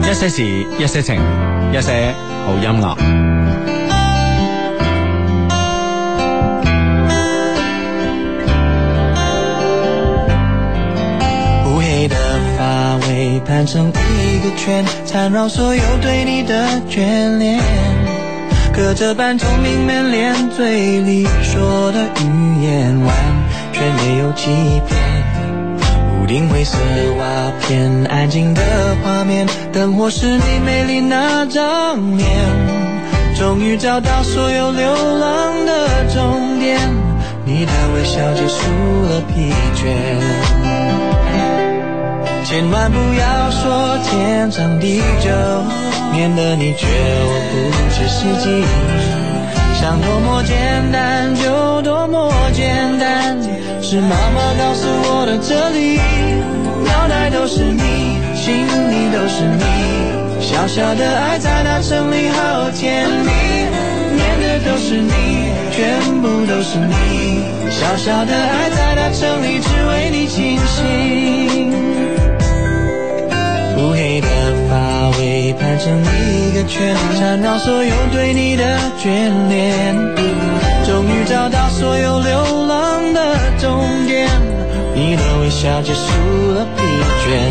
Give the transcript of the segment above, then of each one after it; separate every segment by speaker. Speaker 1: 一些事，一些情，一些好音樂。
Speaker 2: 乌黑的发尾盘成一个圈，缠绕所有对你的眷恋。可这般聪明满脸，嘴里说的语言完全没有欺骗。屋顶灰色瓦片，安静的画面，灯火是你美丽那张脸。终于找到所有流浪的终点，你的微笑结束了疲倦。千万不要说天长地久，免得你觉我不切实际。想多么简单就多么简单，是妈妈告诉我的哲理。脑袋都是你，心里都是你，小小的爱在大城里好甜蜜。念的都是你，全部都是你，小小的爱在大城里只为你倾心。乌黑的发尾盘成一个圈，缠绕所有对你的眷恋。终于找到所有流浪的终点，你的微笑结束了疲倦。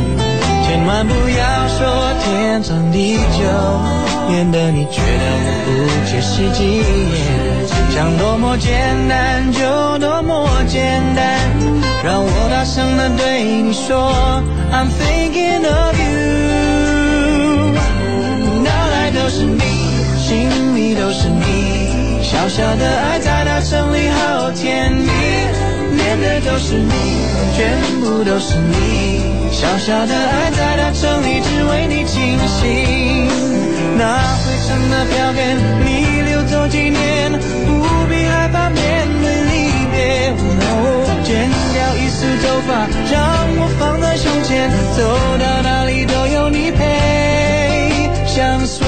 Speaker 2: 千万不要说天长地久，免得你觉得我不切实际。想多么简单就多么简单。让我大声地对你说，I'm thinking of you。脑袋都是你，心里都是你，小小的爱在大城里好甜蜜。念的都是你，全部都是你，小小的爱在大城里只为你倾心。那灰尘的票根，你留作纪念，不必害怕面对离别。哦剪掉一丝头发，让我放在胸前，走到哪里都有你陪相随。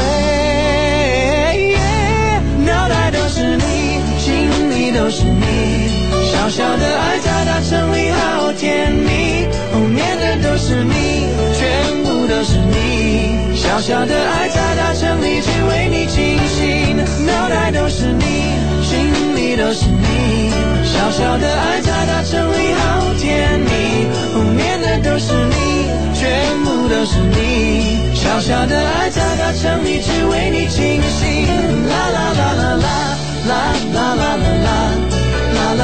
Speaker 2: 脑袋都是你，心里都是你，小小的爱在大城里好甜蜜。后面的都是你，全部都是你，小小的爱在大城里只为你倾心。脑袋都是你，心里都是你，小小的爱在大城里好甜蜜。后面的都是你，全部都是你，小小的爱在大城里只为你倾心。啦啦啦啦啦啦啦啦啦啦啦啦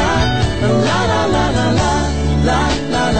Speaker 2: 啦啦啦啦啦。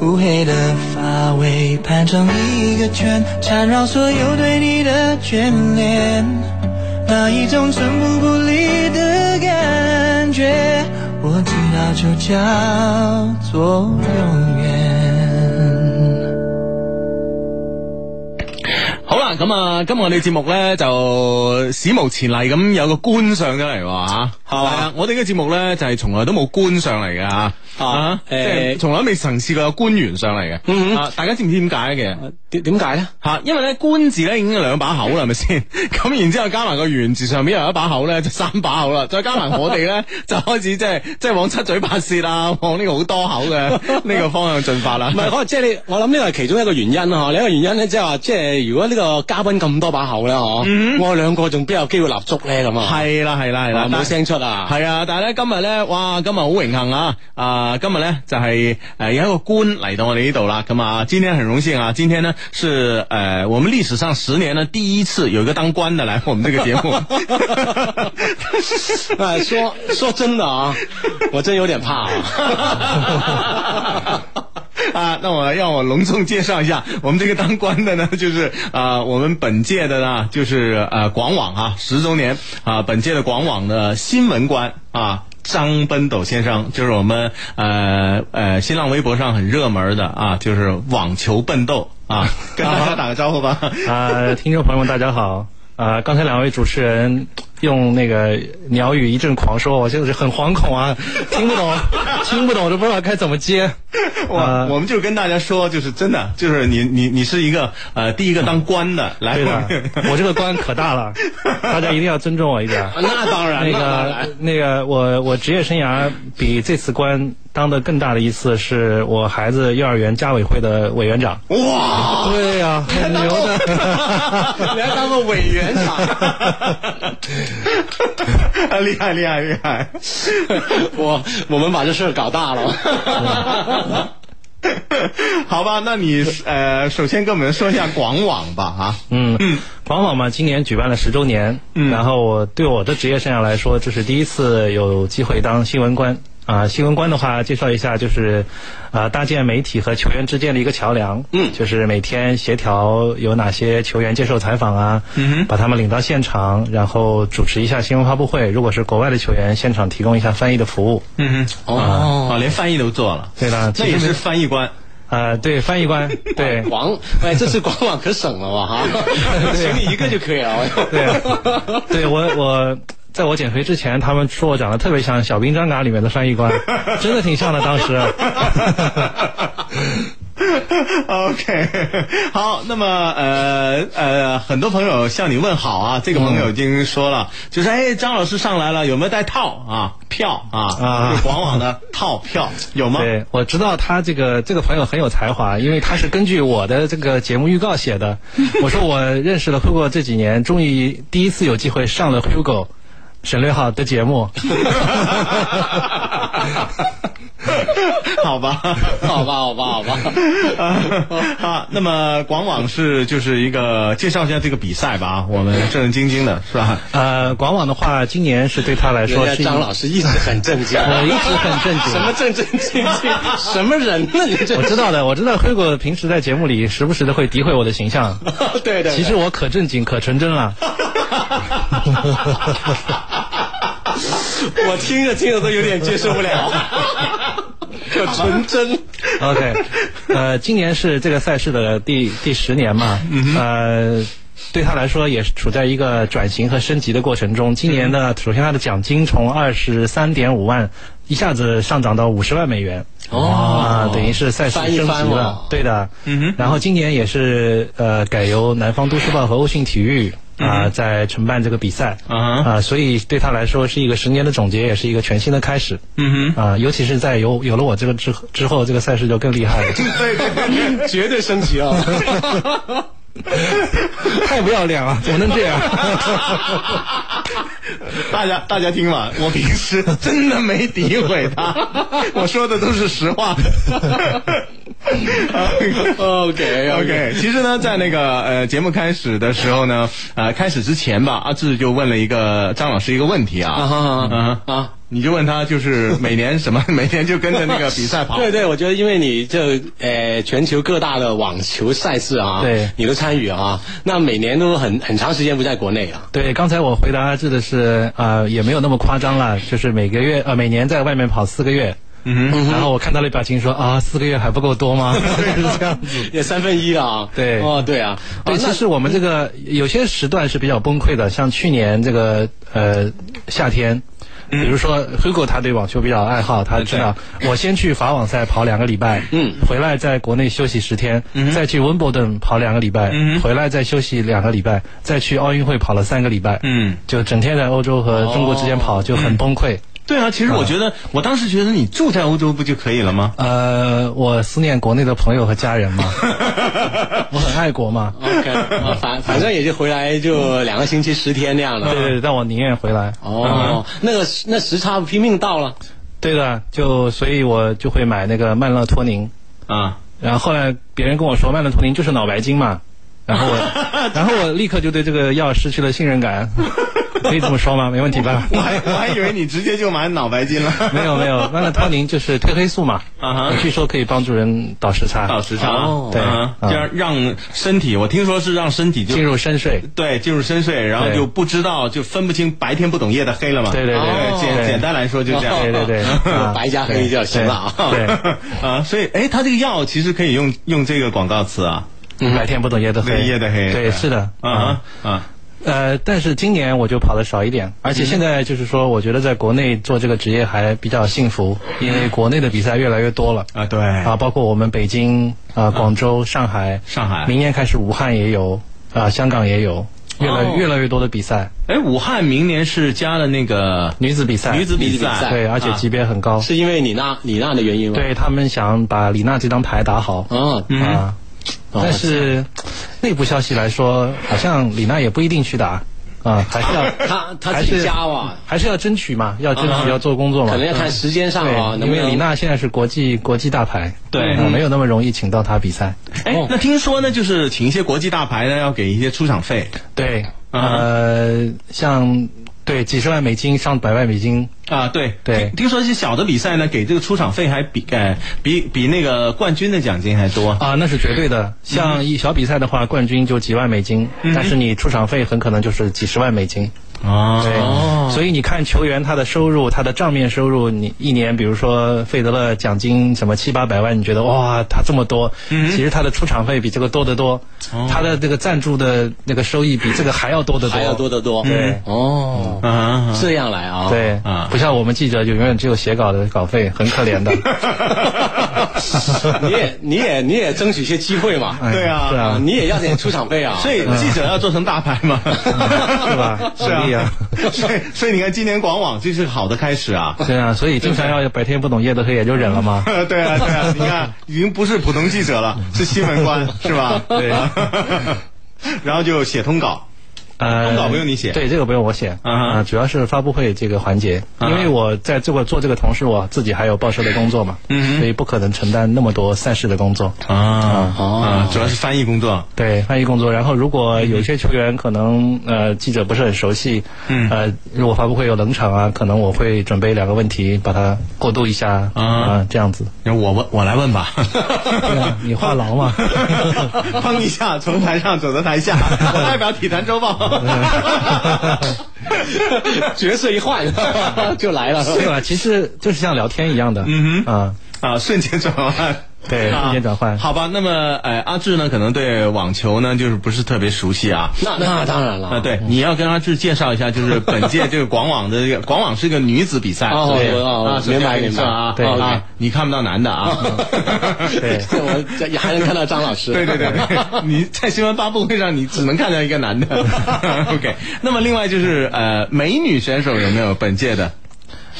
Speaker 2: 乌黑的发尾盘成一个圈，缠绕所有对你的眷恋。那一种寸步不离的感觉，我知道就叫做永远。
Speaker 1: 好啦，咁啊，今日我哋節目咧就史無前例咁有個官上咗嚟喎吓，係
Speaker 3: 嘛
Speaker 1: 啊，我哋嘅節目咧就係從來都冇官上嚟嘅吓，
Speaker 3: 啊
Speaker 1: 啊，即係
Speaker 3: 誒
Speaker 1: 從來都未曾試過有官員上嚟嘅，
Speaker 3: 嗯
Speaker 1: 啊大家知唔知點解嘅？
Speaker 3: 點點解咧？
Speaker 1: 吓，因為咧官字咧已經有兩把口啦，係咪先？ 咁然之後加埋個原字上面又有一把口咧，就三把口啦。再加埋我哋咧， 就開始即係即係往七嘴八舌啊， 往呢個好多口 嘅呢個方向進發啦。
Speaker 3: 唔係，可能即係你，我諗呢個係其中一個原因啊嗬。另一個原因咧，即係話，即係如果呢個嘉賓咁多把口咧，嗬、我哋兩個仲邊有機會立足咧咁啊？
Speaker 1: 嗯係啦係啦係啦
Speaker 3: 啊，，冇聲出啊！
Speaker 1: 系啊，但系咧今日咧，哇，今日好榮幸啊！啊、今日咧就係呃有一個官嚟到我哋呢度啦。咁啊，今天很榮幸啊，今天呢是呃我們歷史上十年呢第一次有一個當官的來我們這個節 目。 哎
Speaker 3: 啊，說說真的啊，我真有點怕啊。
Speaker 1: 啊，那我让我隆重介绍一下，我们这个当官的呢，就是啊、我们本届的呢，就是呃，广网啊，十周年啊、本届的广网的新闻官啊。张奔斗先生就是我们呃呃新浪微博上很热门的啊，就是网球笨斗啊，跟大家打个招呼吧。
Speaker 4: 啊、听众朋友们，大家好。啊、刚才两位主持人用那个鸟语一阵狂说，我就是很惶恐啊，听不 懂，听不懂，都不知道该怎么接。
Speaker 1: 我、
Speaker 4: 呃
Speaker 1: 我们就是跟大家说，就是真的，就是你你你是一个呃第一个当官的，来
Speaker 4: 对的， 我这个官可大了，大家一定要尊重我一点。
Speaker 3: 那当然，
Speaker 4: 那
Speaker 3: 那当
Speaker 4: 个
Speaker 3: 然，
Speaker 4: 那个，我我职业生涯比这次官当的更大的一次，是我孩子幼儿园家委会的委员长。
Speaker 1: 哇，
Speaker 4: 对呀、 很牛的。
Speaker 3: 你还当个委员长？
Speaker 1: 啊 厉害厉害厉 害！
Speaker 3: 我我们把这事儿搞大了。
Speaker 1: 嗯好吧，那你呃首先跟我们说一下广网吧啊，
Speaker 4: 嗯，广网嘛，今年举办了十周年，嗯然后我对我的职业生涯来说，这是第一次有机会当新闻官。啊、新闻官的话，介绍一下，就是，啊，搭建媒体和球员之间的一个桥梁。嗯，就是每天协调有哪些球员接受采访啊，嗯，把他们领到现场，然后主持一下新闻发布会。如果是国外的球员，现场提供一下翻译的服务。
Speaker 1: 嗯哼，哦，连翻译都做了，
Speaker 4: 对的，
Speaker 1: 那
Speaker 4: 其
Speaker 1: 也
Speaker 4: 实
Speaker 1: 是翻译官。
Speaker 4: 啊、对，翻译官，对，
Speaker 3: 广，哎，这次广网可省了哇哈，请你一个就可以
Speaker 1: 哎
Speaker 3: 了。
Speaker 4: 对啊，对我我在我减肥之前，他们说我长得特别像《小兵张嘎》里面的翻译官，真的挺像的。当时
Speaker 1: OK，好，那么呃呃，很多朋友向你问好啊。这个朋友已经说了，就是哎，张老师上来了，有没有带套啊票啊？
Speaker 4: 啊
Speaker 1: 就广网的套票有吗？
Speaker 4: 对我知道他这个这个朋友很有才华，因为他是根据我的这个节目预告写的。我说我认识了 Hugo 这几年，终于第一次有机会上了 Hugo 省略号的节目。
Speaker 1: 好吧，
Speaker 3: 好吧，好吧，好吧。
Speaker 1: 啊，那么广网是就是一个介绍一下这个比赛吧，啊我们正正经经的是吧？
Speaker 4: 呃，广网的话，今年是对他来说
Speaker 3: 人
Speaker 4: 是
Speaker 3: 家
Speaker 4: 一呃
Speaker 3: 张老师一直很 正经，
Speaker 4: 我一直很正经
Speaker 3: 什么正正经 经，什么人呢？你这
Speaker 4: 我知道的，我知道 Hugo 平时在节目里时不时的会诋毁我的形象。
Speaker 3: 道， 对对。
Speaker 4: 其实我可正经可纯真了。
Speaker 3: 我听着听着都有点接受不 了，可纯真。
Speaker 4: OK，呃，今年是这个赛事的第第十年嘛，
Speaker 3: 嗯
Speaker 4: 呃。对他来说也是处在一个转型和升级的过程中。今年
Speaker 3: 嗯
Speaker 4: 呢，首先他的奖金从二十三点五万一下子上涨到五十万美元，
Speaker 3: 哦
Speaker 4: 啊，等于是赛事
Speaker 3: 翻一
Speaker 4: 升级
Speaker 3: 番
Speaker 4: 了
Speaker 3: 了，嗯
Speaker 4: 对的。然后今年也是呃改由南方都市报和欧讯体育
Speaker 3: 嗯
Speaker 4: 啊、在承办这个比赛
Speaker 1: 啊
Speaker 4: 啊、所以对他来说是一个十年的总结，也是一个全新的开始。
Speaker 1: 嗯
Speaker 4: 啊、尤其是在有有了我这个之后之后，这个赛事就更厉害了。
Speaker 1: 对对对。
Speaker 3: 绝对升级啊！
Speaker 4: 太不要脸了， 怎么能这样？
Speaker 1: 大家大家听完，我平 时真的没诋毁他， 我说的都是实 话。
Speaker 3: OK
Speaker 1: OK，其实呢，在那个呃节目开始的时候呢，呃开始之前吧，阿志就问了一个张老师一个问题
Speaker 3: 啊
Speaker 1: 啊，
Speaker 3: 哈
Speaker 1: 嗯
Speaker 3: 啊！
Speaker 1: 你就问他就是每年什么， 每年就跟着那个比赛跑，
Speaker 3: 对对，我觉得因为你这呃全球各大的网球赛事啊，
Speaker 4: 对
Speaker 3: 你都参与啊，那每年都很很长时间不在国内啊。
Speaker 4: 对，刚才我回答阿志的是，呃，也没有那么夸张了，就是每个月呃每年在外面跑四个月。嗯，然后我看他的表情说啊，四个月还不够多吗？ 是这样子。
Speaker 3: 也三分一了啊！
Speaker 4: 对
Speaker 3: 哦，对啊，
Speaker 4: 对，
Speaker 3: 哦
Speaker 4: 其实我们这个
Speaker 3: 嗯
Speaker 4: 有些时段是比较崩溃的，像去年这个呃夏天，比
Speaker 3: 嗯
Speaker 4: 如说 Hugo 他对网球比较爱好，他知道我先去法网赛跑两个礼拜，
Speaker 3: 嗯，
Speaker 4: 回来在国内休息十天，再去温布顿跑两个礼拜，
Speaker 3: 嗯
Speaker 4: 回来再休息两个礼拜，再去奥运会跑了三个礼拜，
Speaker 1: 嗯，
Speaker 4: 就整天在欧洲和中国之间
Speaker 3: 哦
Speaker 4: 跑，就很崩溃。
Speaker 1: 对啊，其实我觉得我当时觉得你住在欧洲不就可以了吗？
Speaker 3: 嗯
Speaker 4: 呃，我思念国内的朋友和家人 嘛，我很爱国嘛，
Speaker 3: 那 OK，啊 反反正也就回来就两个星期十天那样的。
Speaker 4: 对对，对但我宁愿回来。
Speaker 3: 哦，那个那时差拼命到了。
Speaker 4: 对的，就所以我就会买那个曼乐托宁，
Speaker 1: 啊，
Speaker 4: 然后后来别人跟我说曼乐托宁就是脑白金嘛，然后我，然后我立刻就对这个药失去了信任感，可以这么说吗？没问题吧？
Speaker 1: 我还我还以为你直接就买脑白金了，
Speaker 4: 没有没有，曼乐托宁就是褪黑素嘛，
Speaker 1: 啊哈
Speaker 4: 据说可以帮助人倒时差，
Speaker 1: 到时差，
Speaker 3: 哦
Speaker 4: 对
Speaker 1: 啊
Speaker 4: 嗯
Speaker 1: 这样让身体，我听说是让身体就
Speaker 4: 进入深睡。
Speaker 1: 对，进入深睡，然后
Speaker 4: 对
Speaker 1: 就不知道，就分不清白天不懂夜的黑了嘛。啊
Speaker 4: 对对对
Speaker 3: 哦
Speaker 1: 简
Speaker 4: 对
Speaker 1: 简单来说就这样。
Speaker 4: 对对对，啊
Speaker 3: 白加黑就行了啊
Speaker 4: 对，对
Speaker 1: 啊，所以哎，他这个药其实可以用用这个广告词啊，
Speaker 4: 白天不懂夜的黑，
Speaker 1: 对夜的黑
Speaker 4: 对，是的，
Speaker 1: 啊啊，
Speaker 4: 呃，但是今年我就跑的少一点，而且现在就是说，我觉得在国内做这个职业还比较幸福，因为国内的比赛越来越多了。
Speaker 1: 啊，对
Speaker 4: 啊，包括我们北京、啊、广州、上海，
Speaker 1: 上海
Speaker 4: 明年开始武汉也有，啊、香港也有，越来、
Speaker 1: 哦
Speaker 4: 越来越多的比赛，
Speaker 1: 哎，武汉明年是加了那个
Speaker 4: 女子比赛，
Speaker 1: 女子比
Speaker 3: 女子比
Speaker 1: 赛，
Speaker 3: 赛
Speaker 4: 对，而且
Speaker 1: 啊
Speaker 4: 级别很高，
Speaker 3: 是因为李娜李娜的原因吗？，
Speaker 4: 对他们想把李娜这张牌打好、
Speaker 3: 哦，
Speaker 4: 啊，
Speaker 3: 哦
Speaker 4: 但是内部消息来说，好像李娜也不一定去打啊，还是要
Speaker 3: 她她
Speaker 4: 还
Speaker 3: 自己
Speaker 4: 是
Speaker 3: 加哇，
Speaker 4: 还是要争取嘛，要争
Speaker 3: 嗯
Speaker 4: 取要做工作嘛，
Speaker 3: 可能要看时间上啊，
Speaker 4: 对，因
Speaker 3: 能不
Speaker 4: 为
Speaker 3: 能
Speaker 4: 李娜现在是国际国际大牌，
Speaker 1: 对
Speaker 4: 啊没有那么容易请到她比赛。
Speaker 1: 哎，那听说呢，就是请一些国际大牌呢，要给一些出场费
Speaker 4: 对，
Speaker 3: 嗯
Speaker 4: 呃，像对几十万美金、上百万美金，
Speaker 1: 啊。对
Speaker 4: 对
Speaker 1: 听听说一些小的比赛呢，给这个出场费还比呃比比那个冠军的奖金还多。
Speaker 3: 嗯
Speaker 4: 啊，那是绝对的。像一小比赛的话，冠军就几万美金，
Speaker 3: 嗯
Speaker 4: 但是你出场费很可能就是几十万美金。对，
Speaker 1: 哦，
Speaker 4: 所以你看球员他的收入，他的账面收入，你一年比如说费德勒奖金什么七八百万，你觉得哇，他这么多，
Speaker 3: 嗯
Speaker 4: 其实他的出场费比这个多得多，他的这个赞助的那个收益比这个还要多得多，
Speaker 3: 哦还要多得多。
Speaker 4: 对嗯
Speaker 3: 哦，
Speaker 1: 啊啊，
Speaker 3: 这样来啊，，
Speaker 4: 对
Speaker 1: 啊
Speaker 4: 不像我们记者永远只有写稿的稿费，很可 怜的。
Speaker 3: 你也你也你也争取一些机会嘛，
Speaker 4: 哎
Speaker 1: 对啊
Speaker 4: 是啊，
Speaker 3: 你也要点出场费啊。
Speaker 1: 所以记者要做成大牌嘛， 是
Speaker 4: 是吧
Speaker 1: 是
Speaker 4: 努
Speaker 1: 啊
Speaker 4: 力啊，
Speaker 1: 所以所以你看，今年广网这是个好的开始 啊。
Speaker 4: 对啊，所以经常要白天不懂夜的黑，也就忍了嘛。
Speaker 1: 呃，对啊，对啊，你看，已经不是普通记者了，是新闻官，是吧？嗯 对。然后就写通稿，通
Speaker 4: 呃，
Speaker 1: 稿不用你写
Speaker 4: 对，这个不用我写
Speaker 1: 嗯哼
Speaker 4: 啊、主要是发布会这个环节，
Speaker 1: 嗯
Speaker 4: 因为我在这个做这个同时，我自己还有报社的工作嘛，
Speaker 1: 嗯
Speaker 4: 所以不可能承担那么多赛事的工作。
Speaker 1: 啊
Speaker 3: 哦
Speaker 1: 啊，主要是翻译工作，
Speaker 4: 对，翻译工作。然后，如果有些球员可能呃记者不是很熟悉，
Speaker 1: 嗯
Speaker 4: 呃，如果发布会有冷场啊，可能我会准备两个问题把它过渡一下啊、这样 子。
Speaker 1: 然后我问我来问吧，
Speaker 4: 对啊，你话 痨嘛。
Speaker 1: 砰一下从台上走到台下，我代表体坛周 报。
Speaker 3: 角色一 换就来了。
Speaker 4: 对吧？啊其实就是像聊天一样的，
Speaker 1: 嗯哼
Speaker 4: 啊，
Speaker 1: 啊，瞬间转换。
Speaker 4: 对
Speaker 1: 啊
Speaker 4: 瞬间转换
Speaker 1: 好吧，那么，呃，阿志呢，可能对网球呢，就是不是特别熟悉啊。
Speaker 3: 那那当
Speaker 4: 哦
Speaker 3: 然了
Speaker 1: 啊，
Speaker 4: 嗯
Speaker 1: 对，你要跟阿志介绍一下，就是本届这个广网的这个广网是个女子比赛，
Speaker 3: 哦
Speaker 1: 对
Speaker 3: 我哦
Speaker 1: 啊，
Speaker 3: 我
Speaker 1: 首先
Speaker 3: 明白，
Speaker 1: 跟你说啊，
Speaker 4: 明白对
Speaker 1: 啊，你看不到男的啊，
Speaker 4: 嗯对
Speaker 3: 我这还能看到张老师。
Speaker 1: 对对 对，对，你在新闻发布会上你只能看到一个 男的。OK，那么另外就是呃，美女选手有没有本届的？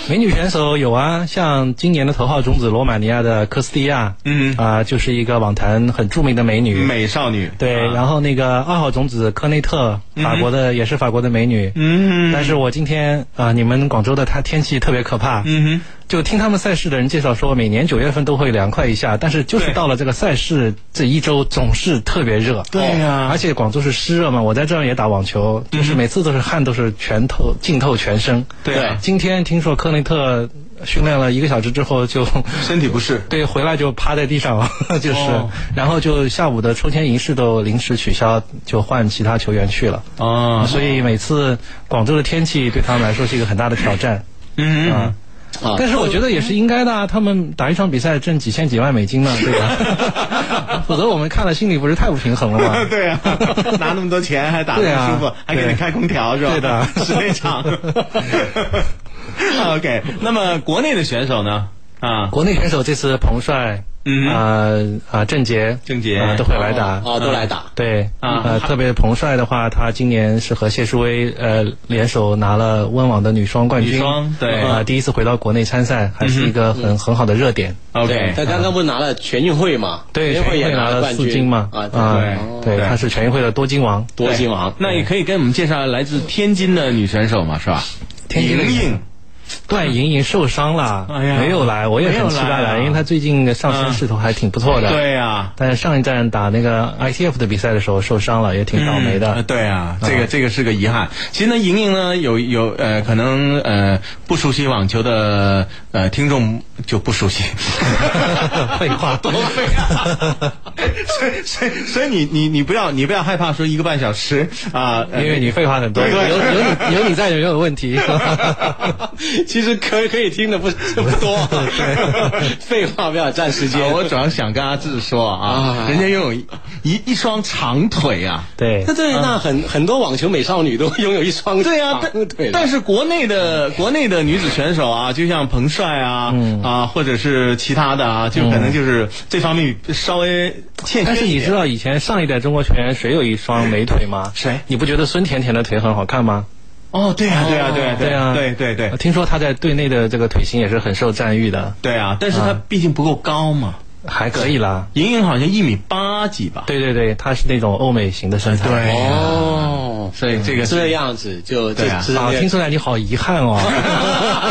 Speaker 4: 美女选手有啊，像今年的头号种子罗马尼亚的科斯蒂亚，
Speaker 1: 嗯
Speaker 4: 啊、就是一个网坛很著名的美女。
Speaker 1: 美啊少女，
Speaker 4: 对，然后那个二号种子科内特，法国的、也是法国的美女。
Speaker 1: 嗯
Speaker 4: 但是我今天啊、你们广州的它天气特别可怕。
Speaker 1: 嗯
Speaker 4: 就听他们赛事的人介绍说，每年九月份都会凉快一下，但是就是
Speaker 1: 对
Speaker 4: 到了这个赛事这一周总是特别热。
Speaker 1: 对呀嗯
Speaker 4: 而且广州是湿热嘛，我在这儿也打网球，就是每次都是汗都是全透浸透全身。
Speaker 1: 对啊
Speaker 4: 今天听说科内特训练了一个小时之后就。
Speaker 1: 哼，身体不适。
Speaker 4: 对，回来就趴在地上了， 就是，
Speaker 1: 哦
Speaker 4: 然后就下午的抽签仪式都临时取消，就换其他球员去了。
Speaker 1: 哦，
Speaker 4: 所以每次广州的天气对他们来说是一个很大的挑战。
Speaker 1: 嗯
Speaker 4: 啊
Speaker 1: 嗯，？
Speaker 3: 啊，
Speaker 4: 但是我觉得也是应该的啊，他们打一场比赛挣几千几万美金呢，对吧？ 否则我们看了心里不是太不平衡了吗
Speaker 1: 对啊，拿那么多钱还打得
Speaker 4: 对
Speaker 1: 不
Speaker 4: 啊
Speaker 1: 舒服，还给你
Speaker 4: 对
Speaker 1: 开空调是吧？
Speaker 4: 对的
Speaker 1: 室内场。OK，那么国内的选手呢？啊，
Speaker 4: 国内选手这次彭帅，
Speaker 1: 嗯
Speaker 4: 啊啊郑杰，
Speaker 1: 郑洁
Speaker 4: 啊都会来打。
Speaker 3: 哦，都来打。
Speaker 4: 对
Speaker 1: 啊
Speaker 4: 呃，特别彭帅的话，他今年是和谢淑薇呃联手拿了温网的女双冠军，
Speaker 1: 女双对嗯
Speaker 4: 啊、第一次回到国内参赛，还是一个
Speaker 3: 嗯
Speaker 4: 很、很好的热点。
Speaker 1: OK，啊
Speaker 3: 他刚刚不是拿了全运会嘛？
Speaker 4: 对，
Speaker 3: 全运
Speaker 4: 全
Speaker 3: 会
Speaker 4: 运
Speaker 3: 也
Speaker 4: 会拿
Speaker 3: 了
Speaker 4: 了
Speaker 3: 冠
Speaker 4: 四
Speaker 3: 军
Speaker 4: 金嘛，
Speaker 3: 啊，
Speaker 4: 啊
Speaker 1: 对
Speaker 4: 对，
Speaker 1: 对
Speaker 4: 他是全运会的多金王。
Speaker 3: 夺金王。
Speaker 1: 那也可以给我们介绍来自天津的女选手嘛，是吧？
Speaker 4: 天津的
Speaker 1: 莹莹，
Speaker 4: 段莹莹受伤了，
Speaker 1: 哎呀
Speaker 4: 没有来，我也
Speaker 1: 没有
Speaker 4: 很期待
Speaker 1: 来啊嗯
Speaker 4: 来，因为她最近上升势头还挺不错的。，
Speaker 1: 对啊呀、
Speaker 4: 但是上一站打那个 ITF 的比赛的时候受伤了，也挺倒霉
Speaker 1: 呃
Speaker 4: 的。
Speaker 1: 对啊，这个这个是个遗憾。其实呢，莹莹呢，有有呃，可能呃不熟悉网球的呃听众就不熟悉，
Speaker 4: 废话，
Speaker 1: 多费 啊！所以所以所以你你你不要你不要害怕说一个半小时啊，呃
Speaker 4: 因为你废话很多，
Speaker 1: 对
Speaker 4: 有有你有你在就有问题。
Speaker 3: 其实可以可以听的不不多， 废话不要占时间。
Speaker 1: 啊我主要想跟阿志说啊
Speaker 3: 啊，
Speaker 1: 人家拥有一一一双长腿啊。
Speaker 4: 对
Speaker 3: 那，对，那很很多网球美少女都拥有一 双
Speaker 1: 对啊，
Speaker 3: 长
Speaker 1: 但
Speaker 3: 腿的
Speaker 1: 但是国内的
Speaker 4: 嗯
Speaker 1: 国内的女子选手啊，就像彭帅啊、啊，或者是其他的啊，就可能就是这方面稍微欠缺一点。
Speaker 4: 但是你知道以前上一代中国球员谁有一双美腿吗？
Speaker 1: 谁
Speaker 4: 你不觉得孙甜甜的腿很好看吗？
Speaker 1: 哦，对啊，对啊，对啊，
Speaker 4: 对
Speaker 1: 啊，
Speaker 4: 啊，
Speaker 1: 对对对
Speaker 4: 听说她在队内的这个腿型也是很受赞誉的，
Speaker 1: 对啊，但是她毕竟不够高嘛，
Speaker 4: 还可以啦。
Speaker 1: 莹莹好像一米八几吧？
Speaker 4: 对对对，她是那种欧美型的身材。
Speaker 1: 对啊
Speaker 3: 哦，
Speaker 1: 所以这个是
Speaker 3: 这样子就这
Speaker 1: 对啊
Speaker 3: 这
Speaker 4: 啊，听出来你好遗憾哦。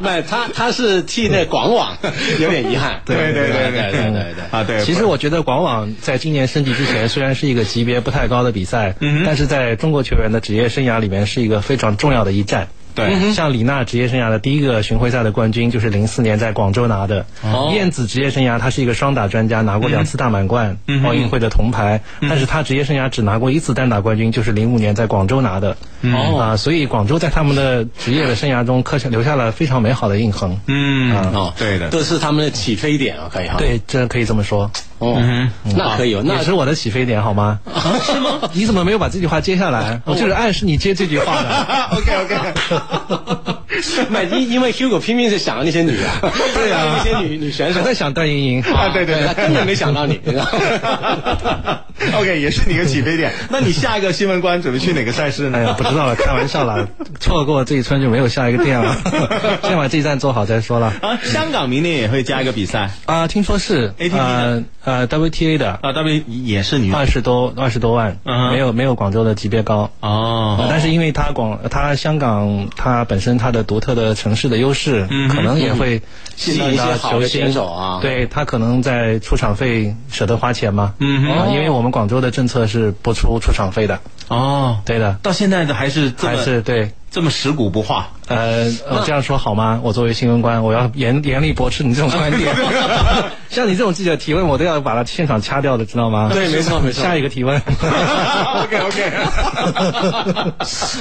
Speaker 3: 没，他他是替那 广网有点遗憾。
Speaker 1: 对对对
Speaker 3: 对
Speaker 1: 对
Speaker 3: 对对
Speaker 1: 啊，对，
Speaker 4: 其实我觉得广网在今年升级之前，虽然是一个级别不太高的比赛，
Speaker 1: 嗯哼
Speaker 4: 但是在中国球员的职业生涯里面是一个非常重要的一站。
Speaker 1: 对嗯
Speaker 4: 像李娜职业生涯的第一个巡回赛的冠军就是零四年在广州拿的。
Speaker 3: 哦
Speaker 4: 燕子职业生涯她是一个双打专家，拿过两次大满贯、
Speaker 1: 嗯哼嗯
Speaker 4: 奥运会的铜牌，但是她职业生涯只拿过一次单打冠军，就是零五年在广州拿的。
Speaker 1: 嗯
Speaker 3: 哦
Speaker 4: 啊，所以广州在他们的职业的生涯中刻下留下了非常美好的印痕。
Speaker 1: 嗯
Speaker 4: 啊
Speaker 3: 哦，
Speaker 1: 对的，
Speaker 3: 都是他们的起飞点啊，可以哈。，
Speaker 4: 对，这可以这么说。
Speaker 3: 哦，
Speaker 1: 嗯
Speaker 3: 那可以哦，那啊
Speaker 4: 也是我的起飞点好吗？是 吗？你怎么没有把这句话接下来？我就是暗示你接这句话的。
Speaker 1: OK OK，
Speaker 3: 买因因为 Hugo 拼命是想到那些女啊，对啊， 那些女女选手
Speaker 4: 还在想段莹莹，
Speaker 1: 啊 对对对
Speaker 3: 他根本没想到你，你知道吗？
Speaker 1: OK，也是你一个起飞 点。那你下一个新闻官准备去哪个赛事
Speaker 4: 哎
Speaker 1: 呢？
Speaker 4: 呀，不知道了，开玩笑啦，错过这一村就没有下一个店了，先把这一站做好再说了。
Speaker 1: 啊，香港明年也会加一个比赛
Speaker 4: 啊、听说是
Speaker 1: ATP 的
Speaker 4: 呃呃 WTA 的
Speaker 1: 啊，W 也是女
Speaker 4: 二十多二十多万，
Speaker 1: 嗯哼
Speaker 4: 没有没有广州的级别高。
Speaker 1: 哦，
Speaker 4: 啊但是因为它广，它香港它本身它的独特的城市的优势，
Speaker 1: 嗯哼
Speaker 4: 可能也会吸
Speaker 3: 吸引一
Speaker 4: 引
Speaker 3: 些
Speaker 4: 到
Speaker 3: 好
Speaker 4: 球
Speaker 3: 的
Speaker 4: 星
Speaker 3: 选手啊
Speaker 4: 对他可能在出场费舍得花钱嘛，
Speaker 1: 嗯哼
Speaker 4: 啊因为我们广州的政策是不出出场费的，
Speaker 1: 哦，
Speaker 4: 对的，
Speaker 1: 到现在的还是这
Speaker 4: 还
Speaker 1: 么
Speaker 4: 是对。
Speaker 1: 这么食古不化。
Speaker 4: 呃，我这样说好吗？我作为新闻官，我要严严厉驳斥你这种观 点。像你这种记者提问，我都要把它现场掐掉的，知道吗？
Speaker 3: 对没错没错
Speaker 4: 下一个提 问。
Speaker 1: OK OK，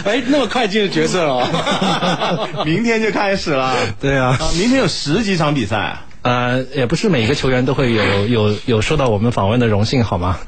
Speaker 3: 哎，那么快进入角色了哦，
Speaker 1: 明天就开始了。
Speaker 4: 对啊。
Speaker 1: 啊，明天有十几场比赛啊。
Speaker 4: 呃，也不是每一个球员都会有有有受到我们访问的荣幸，好吗？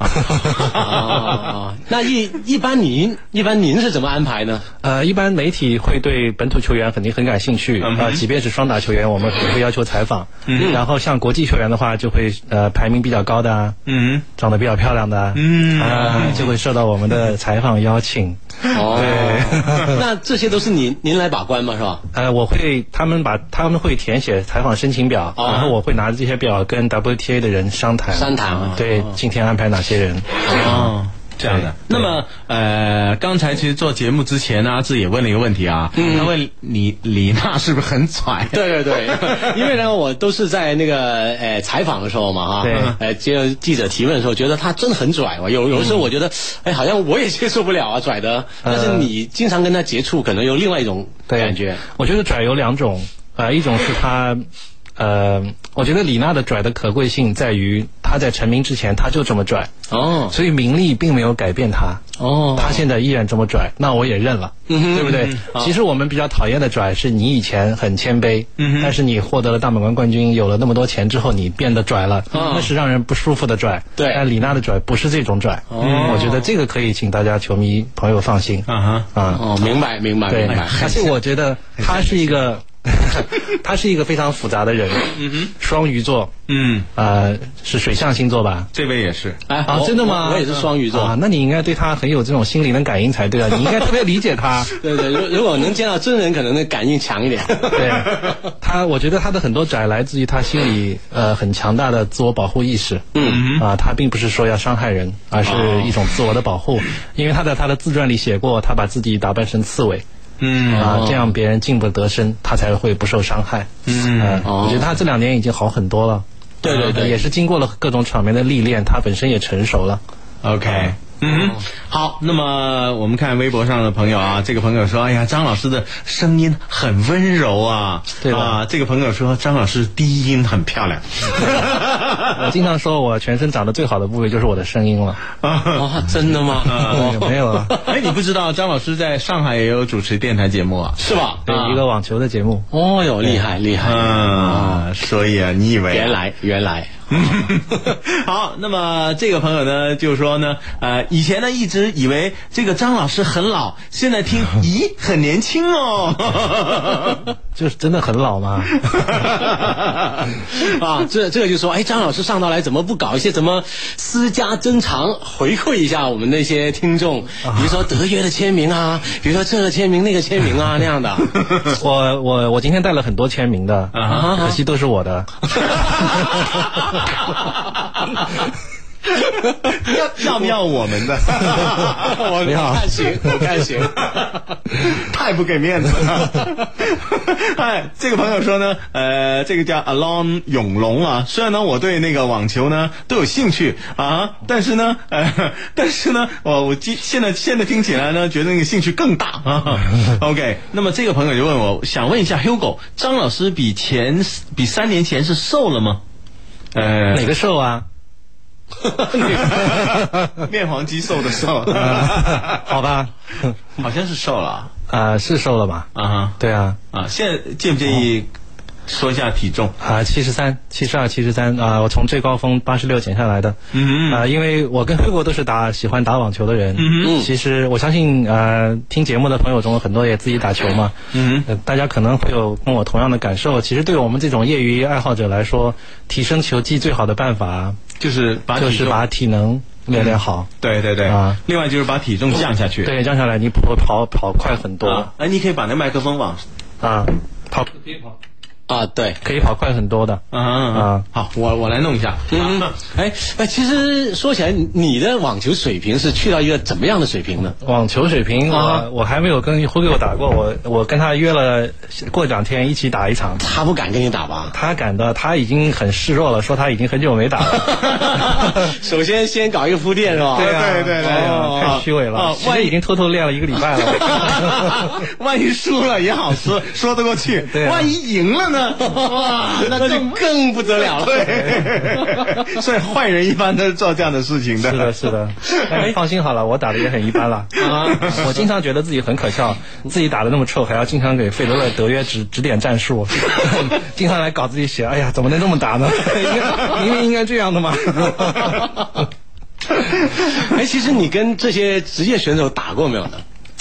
Speaker 3: 哦，那一一般您一般您是怎么安排呢？
Speaker 4: 呃，一般媒体会对本土球员肯定很感兴趣，
Speaker 1: 嗯哼嗯
Speaker 4: 呃，即便是双打球员，我们也会要求采访。然后像国际球员的话，就会呃排名比较高的啊，
Speaker 1: 嗯，
Speaker 4: 长得比较漂亮的啊，
Speaker 1: 嗯
Speaker 4: 啊、就会受到我们的采访邀请。
Speaker 3: 哦，那这些都是您您来把关嘛，是吧？
Speaker 4: 呃，我会他们把他们会填写采访申请表，
Speaker 3: 哦
Speaker 4: 然后我会拿着这些表跟 WTA 的人商谈。
Speaker 3: 商谈啊
Speaker 4: 对，今天安排哪些人？
Speaker 1: 哦。这样的，那么呃，刚才其实做节目之前呢，阿志也问了一个问题啊，他问李李娜是不是很拽？
Speaker 3: 对对对， 因为呢，我都是在那个呃采访的时候嘛，哈，
Speaker 4: 对
Speaker 3: 呃接记者提问的时候，觉得他真的很拽嘛。有有时候我觉得，哎，好像我也接受不了啊，拽的。但是你经常跟他接触，可能有另外一种
Speaker 4: 对
Speaker 3: 感觉。
Speaker 4: 我觉得拽有两种，呃，一种是他，呃，我觉得李娜的拽的可贵性在于她在成名之前她就这么拽，
Speaker 3: 哦
Speaker 4: 所以名利并没有改变她。
Speaker 3: 哦，嗯
Speaker 4: 她现在依然这么拽，那我也认了，对不对？其实我们比较讨厌的拽是你以前很谦卑，
Speaker 3: 嗯
Speaker 4: 但是你获得了大满贯冠军，有了那么多钱之后，你变得拽了，那是让人不舒服的拽。
Speaker 3: 嗯对哦
Speaker 4: 但李娜的拽不是这种拽，我觉得这个可以请大家球迷朋友放心
Speaker 1: 啊哈，
Speaker 4: 啊。
Speaker 3: 哦，明白明白
Speaker 4: 对
Speaker 3: 明白，。
Speaker 4: 而且我觉得他是一 个，他是一个非常复杂的人，
Speaker 3: 嗯
Speaker 4: 双鱼座，
Speaker 1: 嗯，
Speaker 4: 呃，是水象星座吧？
Speaker 1: 这边也是，
Speaker 3: 哎
Speaker 4: 啊
Speaker 3: 我
Speaker 4: 真的吗
Speaker 3: 我我也是双鱼座
Speaker 4: 啊。，那你应该对他很有这种心灵的感应才对啊，你应该特别理解他。
Speaker 3: 对对，如如果能见到真人，可能那感应强一点。
Speaker 4: 对， 他我觉得他的很多宅来自于他心里呃很强大的自我保护意识。嗯啊，他并不是说要伤害人，而
Speaker 3: 哦
Speaker 4: 是一种自我的保护。因为他在他的自传里写过，他把自己打扮成刺猬。
Speaker 1: 嗯
Speaker 3: 哦
Speaker 4: 啊，这样别人进不得身，他才会不受伤害。
Speaker 1: 嗯
Speaker 4: 呃
Speaker 3: 哦
Speaker 4: 我觉得他这两年已经好很多了。啊
Speaker 3: 对对对
Speaker 4: 呃也是经过了各种场面的历练，他本身也成熟了。
Speaker 1: ，OK，
Speaker 4: 哦
Speaker 1: 嗯，好，那么我们看微博上的朋友啊，这个朋友说，哎呀，张老师的声音很温柔啊，
Speaker 4: 对吧
Speaker 1: 啊，这个朋友说，张老师低音很漂 亮，
Speaker 4: 我经常说我全身长得最好的部位就是我的声音了。
Speaker 3: 啊，真的吗？
Speaker 4: 有没有啊？
Speaker 1: 哎，你不知道张老师在上海也有主持电台节目啊，
Speaker 3: 是吧？
Speaker 4: 对，一个啊网球的节目。
Speaker 3: 哦哟，厉害厉害！
Speaker 4: 哦
Speaker 1: 嗯，所以啊，你以为啊
Speaker 3: 原来 原来，
Speaker 1: 好，那么这个朋友呢，就说呢，呃，以前呢一直以为这个张老师很老，现在 听，咦，很年轻哦。
Speaker 4: 就是真的很老嘛，
Speaker 3: 啊，这这个就说，哎，张老师上到来怎么不搞一些什么私家珍藏，回馈一下我们那些听众，比如说德约的签 名啊，比如说这个签名那个签名啊那样的。
Speaker 4: 我我我今天带了很多签名的，
Speaker 1: 啊
Speaker 4: 可惜都是我 的。
Speaker 1: 要要不要我们 的？
Speaker 3: 我
Speaker 4: 不要
Speaker 3: 看行，我看行。
Speaker 1: 啊太不给面子了。 哎，这个朋友说呢，呃，这个叫 Alon 永龙啊，虽然呢我对那个网球呢都有兴趣啊，但是呢，呃， 但是呢，我我今现在现在听起来呢，觉得那个兴趣更大 啊。OK，那么这个朋友就问我，想问一下 Hugo，张老师比前比三年前是瘦了吗？呃，
Speaker 4: 哪个瘦 啊？
Speaker 1: 面黄肌瘦的瘦，
Speaker 4: 嗯啊好吧，
Speaker 1: 好像是瘦了
Speaker 4: 啊、是瘦了吧？
Speaker 1: 啊哈
Speaker 4: 对啊，
Speaker 1: 啊！现在介不介意说一下体重？
Speaker 4: 啊，七十三、七十二、七十三啊，我从最高峰八十六减下来的。
Speaker 1: 嗯
Speaker 4: 啊、因为我跟黑国都是打喜欢打网球的人。嗯其实我相信，呃，听节目的朋友中有很多也自己打球嘛。
Speaker 1: 嗯
Speaker 4: 呃大家可能会有跟我同样的感受。其实对我们这种业余爱好者来说，提升球技最好的办法
Speaker 1: 就是把
Speaker 4: 就
Speaker 1: 体
Speaker 4: 是
Speaker 1: 重，
Speaker 4: 把体能练练好。
Speaker 1: 对对对
Speaker 4: 啊，
Speaker 1: 另外就是把体重降下去。
Speaker 4: 对，这样下来你跑跑跑快很多
Speaker 1: 嗯啊，哎，你可以把那麦克风往
Speaker 4: 啊，跑
Speaker 3: 啊，对，
Speaker 4: 可以跑快很多的。
Speaker 1: 啊啊
Speaker 4: 啊，
Speaker 1: 好，我我来弄一下。啊
Speaker 3: 嗯，哎哎，其实说起来，你的网球水平是去到一个怎么样的水平呢？
Speaker 4: 网球水平，
Speaker 1: 啊
Speaker 4: 我我还没有跟胡给我打过，我我跟他约了过两天一起打一场。
Speaker 3: 他不敢跟你打 吧？
Speaker 4: 他感到他已经很示弱了，说他已经很久没打了。
Speaker 3: 首先先搞一个铺垫是 吧？
Speaker 1: 对啊对对对
Speaker 4: 哎呀太虚伪
Speaker 1: 啊
Speaker 4: 了，其
Speaker 1: 万
Speaker 4: 实
Speaker 1: 一
Speaker 4: 已经偷偷练了一个礼拜了。
Speaker 1: 万一输了也好说说得过去，
Speaker 4: 对啊
Speaker 1: 万一赢了呢？哇，那
Speaker 3: 那就更不得了了。
Speaker 1: 对。 所以坏人一般都是做这样的事情的。
Speaker 4: 是的，是的，哎，放心好了，我打的也很一般了。啊， 我经常觉得自己很可笑，自己打的那么臭，还要经常给费德勒、德约指指点战术， 经常来搞自己写。哎呀，怎么能这么打 呢？ 明明应该这样的嘛。
Speaker 3: 哎，其实你跟这些职业选手打过没有呢？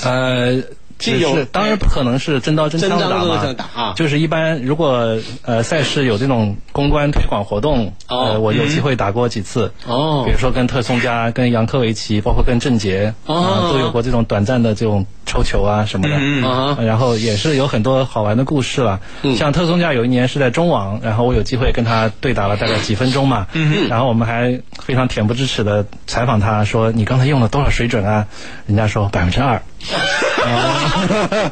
Speaker 4: 呃，
Speaker 3: 这
Speaker 4: 这
Speaker 3: 有哎
Speaker 4: 有当然不可能是真刀真枪的打
Speaker 3: 真刀
Speaker 4: 嘛
Speaker 3: 真枪地打啊
Speaker 4: 就是一般如果呃赛事有这种公关推广活动，
Speaker 3: 哦
Speaker 4: 呃，我有机会打过几次。
Speaker 3: 哦
Speaker 4: 比如说跟特松加、跟杨科维奇，包括跟郑洁，
Speaker 3: 哦
Speaker 4: 啊都有过这种短暂的这种抽球啊什么的。
Speaker 1: 嗯
Speaker 3: 啊嗯哈，
Speaker 4: 然后也是有很多好玩的故事了。像特松加有一年是在中网，然后我有机会跟他对打了大概几分钟嘛。
Speaker 3: 嗯
Speaker 4: 然后我们还非常恬不知耻的采访他说：“你刚才用了多少水准啊？”人家说百分之二。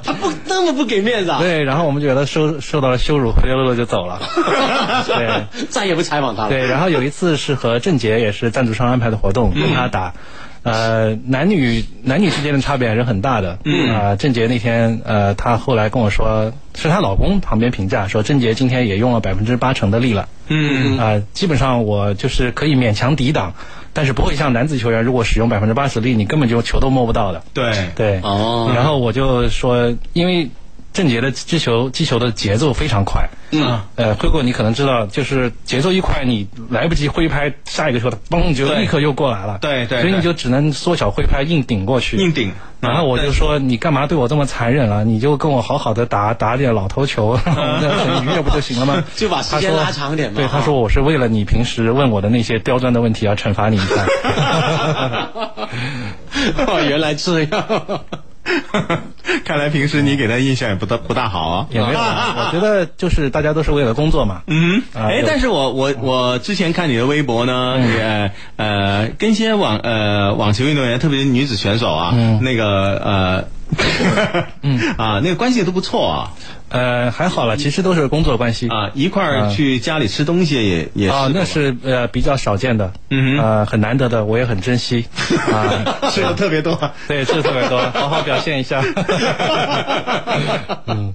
Speaker 3: 他不那么不给面子啊？
Speaker 4: 对，然后我们觉得受受到了羞辱，灰溜溜就 走了。对。
Speaker 3: 再也不采访他了。
Speaker 4: 对，然后有一次是和郑杰也是赞助商安排的活动，跟他打。呃，男女男女之间的差别还是很大的。嗯啊、郑杰那天呃，她后来跟我说，是她老公旁边评价说，郑杰今天也用了百分之八成的力了。嗯啊、基本上我就是可以勉强抵挡，但是不会像男子球员，如果使用百分之八十力，你根本就球都摸不到的。
Speaker 1: 对
Speaker 4: 对，
Speaker 3: 哦
Speaker 4: 然后我就说，因为郑杰的击球击球的节奏非常快，
Speaker 3: 嗯，
Speaker 4: 呃，辉哥你可能知道，就是节奏一快，你来不及挥拍下一个球，它嘣就
Speaker 1: 对
Speaker 4: 立刻又过来了，
Speaker 1: 对对
Speaker 4: 所以
Speaker 1: 对
Speaker 4: 你就只能缩小挥拍硬顶过去，
Speaker 1: 硬顶
Speaker 4: 然后我就说你干嘛对我这么残忍啊？你就跟我好好的打打点老头球， 那很愉悦不就行了吗？
Speaker 3: 就把时间
Speaker 4: 他说
Speaker 3: 拉长点嘛哦
Speaker 4: 对，他说我是为了你平时问我的那些刁钻的问题而惩罚你一 下。
Speaker 3: 哦，原来这样。
Speaker 1: 看来平时你给他印象也不大不大好啊。
Speaker 4: 也没有 啊，我觉得就是大家都是为了工作嘛。
Speaker 1: 嗯，
Speaker 4: 啊
Speaker 1: 哎，
Speaker 4: 有嗯
Speaker 1: 但是我我我之前看你的微博呢，也
Speaker 4: 嗯
Speaker 1: 呃跟一些网呃网球运动员，特别是女子选手啊，那个呃嗯 啊，那个关系都不错啊
Speaker 4: 呃，还好了，其实都是工作关系
Speaker 1: 啊，一块儿去家里吃东西也也
Speaker 4: 啊，
Speaker 1: 是
Speaker 4: 那是呃比较少见的，
Speaker 1: 嗯哼
Speaker 4: 呃很难得的，我也很珍惜啊。
Speaker 1: 吃的特别多。
Speaker 4: 对，吃的特别多，好好表现一下。
Speaker 1: 嗯，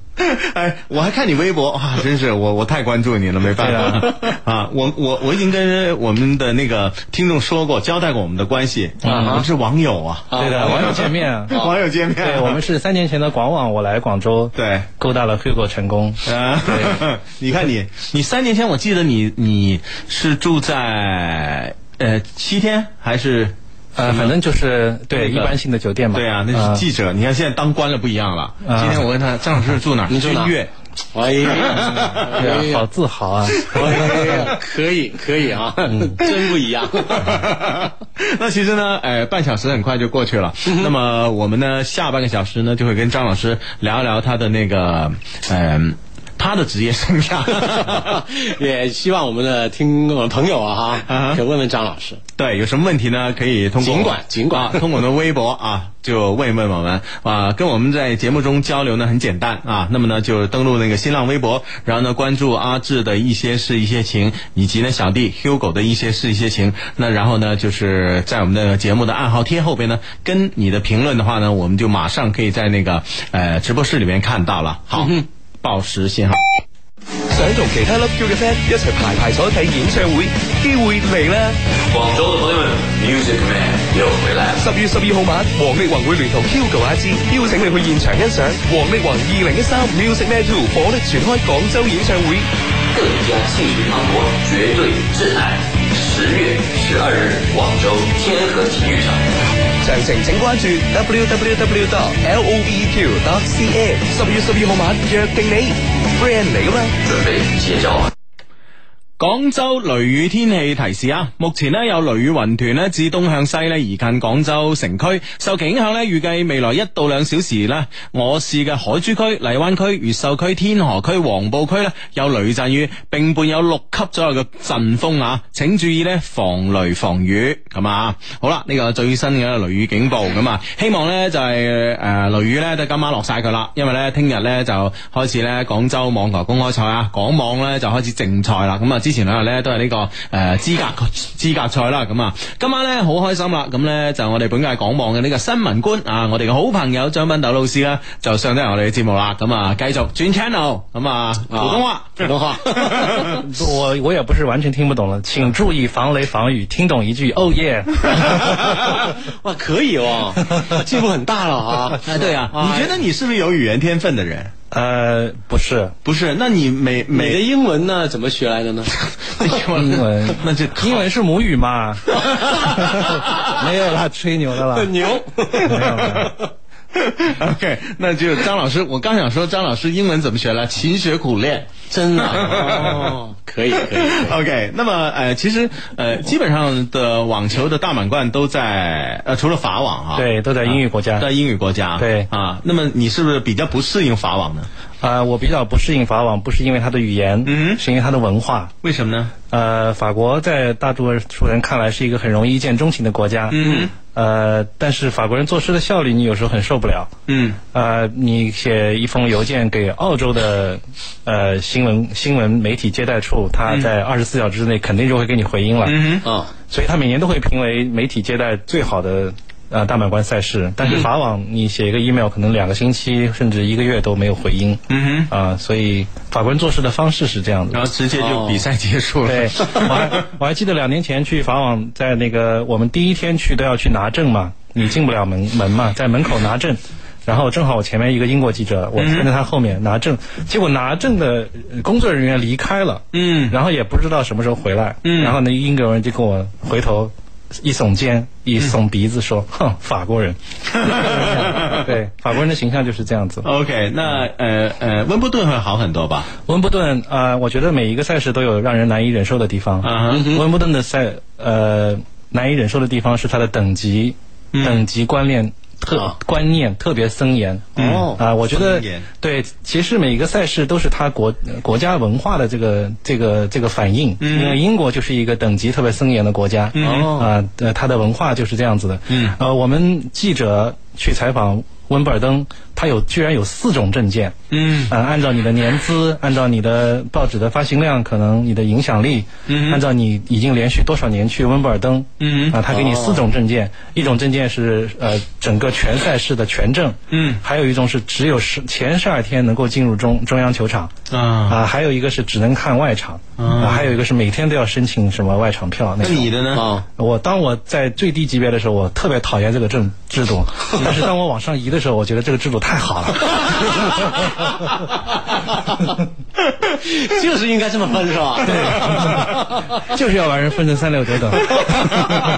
Speaker 1: 哎，我还看你微博，哇，真是我我太关注你了，没办法啊我我我已经跟我们的那个听众说过，交代过我们的关系，我们是网友啊，
Speaker 4: 对的，网友见面。
Speaker 1: 网友见面，
Speaker 4: 对，我们是三年前的广网，我来广州，
Speaker 1: 对
Speaker 4: 勾搭了 Hugo 成功。
Speaker 1: 啊，你看你，你三年前我记得你你是住在呃七天还是？
Speaker 4: 呃，反正就是对
Speaker 1: 那个
Speaker 4: 一般性的酒店嘛。
Speaker 1: 对啊，那
Speaker 4: 呃
Speaker 1: 是记者。你看现在当官了不一样了。
Speaker 4: 啊
Speaker 1: 今天我问他张老师住哪儿，
Speaker 3: 呃你住哪
Speaker 1: 君悦。
Speaker 3: 哎呀，哎
Speaker 4: 对啊
Speaker 3: 呀
Speaker 4: 好自豪 啊！
Speaker 3: 哎呀可以可以啊，真不 一样。
Speaker 1: 那其实呢，哎，半小时很快就过去 了。那么我们呢，下半个小时呢，就会跟张老师聊一聊他的那个，嗯、他的职业生 涯。
Speaker 3: 也希望我们的听众朋友啊
Speaker 1: 啊
Speaker 3: 哈，哦可以问问张老师。
Speaker 1: 对，有什么问题呢？可以通过
Speaker 3: 尽管尽管
Speaker 1: 啊，通过我们的微博啊，就问一问我们啊，跟我们在节目中交流呢很简单啊。那么呢，就登录那个新浪微博，然后呢关注阿志的一些事一些情，以及呢小弟 Hugo 的一些事一些情。那然后呢，就是在我们的节目的暗号贴后边呢，跟你的评论的话呢，我们就马上可以在那个呃直播室里面看到了。好，报时信号。
Speaker 5: 想同其他粒 Q 嘅 friend 一齊排排坐睇演唱會，機會嚟啦！
Speaker 6: 广州的朋友们，Music Man 又回来了。
Speaker 5: 十月十二號晚，王力宏會聯同 Hugo 阿芝邀請你去現場欣賞王力宏二零一三 Music Man Two 火力全開廣州演唱會。
Speaker 6: 更加气宇磅礴，绝对震撼。十月十二日，广州天河体育场。
Speaker 5: 詳情請關注 www l o v q c n 十月十二號晚約定你，friend 嚟噶嘛？
Speaker 6: 准备接招啊！
Speaker 1: 广州雷雨天气提示啊，目前呢有雷雨云团呢自东向西呢移近广啊州城区，受其影响呢，预计未来一到两小时呢，我市嘅海珠区、荔湾区、越秀区、天河区、黄埔区呢有雷阵雨，并伴有六级左右嘅阵风啊，请注意呢防雷防雨咁啊。好啦，呢、个最新嘅雷雨警报咁啊，希望呢就系、诶、雷雨呢，就今晚落晒佢啦，因为呢聽日呢就開始呢廣州網球公開賽啊，港網呢就開始正賽啦。咁啊，之前兩日呢都係呢、個诶資格 資格賽啦。咁啊，今晚呢好開心啦。咁呢就我哋本屆港網嘅呢個新聞官啊，我哋嘅好朋友張斌斗老師呢，就上咗嚟我哋嘅節目啦。咁啊，繼續轉 channel，咁啊普通話，
Speaker 3: 普通 话。
Speaker 4: 我我也不是完全听不懂了，请注意防雷防雨，听懂一句哦耶。
Speaker 3: 哇，可以哦，进步很大了 啊！
Speaker 1: 啊对啊，你觉得你是不是有语言天分的人？
Speaker 4: 呃，不是，
Speaker 1: 不是，那你每
Speaker 3: 你的
Speaker 1: 每
Speaker 3: 英文呢，怎么学来的呢？
Speaker 4: 英文，
Speaker 1: 那就靠
Speaker 4: 英文是母语嘛？ 没有啦，吹牛的啦。
Speaker 3: 牛，
Speaker 4: 没有啦
Speaker 1: OK，那就张老师，我刚想说张老师英文怎么学来，勤学苦练。
Speaker 3: 真 的哦，可以可以。
Speaker 1: OK，那么呃，其实呃，基本上的网球的大满贯都在呃，除了法网啊，
Speaker 4: 对，都在英语国家。
Speaker 1: 在英语国家，
Speaker 4: 对
Speaker 1: 啊，那么你是不是比较不适应法网呢？
Speaker 4: 呃，我比较不适应法网，不是因为它的语言，
Speaker 1: 嗯
Speaker 4: 是因为它的文化。
Speaker 1: 为什么呢？
Speaker 4: 呃，法国在大多数人看来是一个很容易一见钟情的国家。嗯。呃，但是法国人做事的效率，你有时候很受不了。
Speaker 1: 嗯，
Speaker 4: 呃，你写一封邮件给澳洲的呃新闻新闻媒体接待处，他在二十四小时之内肯定就会给你回音了。嗯
Speaker 3: 啊，
Speaker 4: 所以他每年都会评为媒体接待最好的呃大满贯赛事。但是法网，你写一个 email 可能两个星期甚至一个月都没有回音。嗯哼，啊、所以法国人做事的方式是这样的
Speaker 1: 然。后直接就比赛结束了。
Speaker 4: 哦对， 我还我还记得两年前去法网，在那个我们第一天去都要去拿证嘛，你进不了门门嘛，在门口拿证。然后正好我前面一个英国记者，我跟在他后面拿证，结果拿证的呃工作人员离开了，嗯，然后也不知道什么时候回来，嗯，然后那英国人就跟我回头一耸肩一耸鼻子说，哼，法国 人，对，法国人的形象就是这样子。
Speaker 1: OK，那呃呃，温布顿会好很多吧？
Speaker 4: 温布顿，呃，我觉得每一个赛事都有让人难以忍受的地方。
Speaker 1: 啊哈
Speaker 4: 温布顿的赛，呃，难以忍受的地方是它的等级，
Speaker 1: 嗯
Speaker 4: 等级观念特、
Speaker 3: 啊
Speaker 4: 观念特别森严。
Speaker 1: 哦
Speaker 4: 啊、我觉得
Speaker 1: 森严
Speaker 4: 对，其实每一个赛事都是它国国家文化的这个这个这个反应。因为英国就是一个等级特别森严的国家。
Speaker 1: 嗯
Speaker 4: 啊、呃，它的文化就是这样子的。嗯，呃，我们记者去采访。温布尔登，它有居然有四种证件。
Speaker 1: 嗯
Speaker 4: 呃，按照你的年 资，按照你的报纸的发行量，可能你的影响力，
Speaker 1: 嗯
Speaker 4: 按照你已经连续多少年去温布尔登，
Speaker 1: 嗯
Speaker 4: 啊，他给你四种证件，一种证件是呃整个全赛事的全证，
Speaker 1: 嗯
Speaker 4: 还有一种是只有十前十二天能够进入中中央球场，
Speaker 1: 啊，
Speaker 4: 啊，还有一个是只能看外场，啊，还有一个是每天都要申请什么外场票那
Speaker 1: 那
Speaker 4: 种。
Speaker 1: 你的呢？
Speaker 3: 哦，
Speaker 4: 我当我在最低级别的时候，我特别讨厌这个政制 度，但是当我往上移的时候，我觉得这个制度太 好了。
Speaker 3: 就是应该这么分是吧？
Speaker 4: 就是要把人分成三六九等。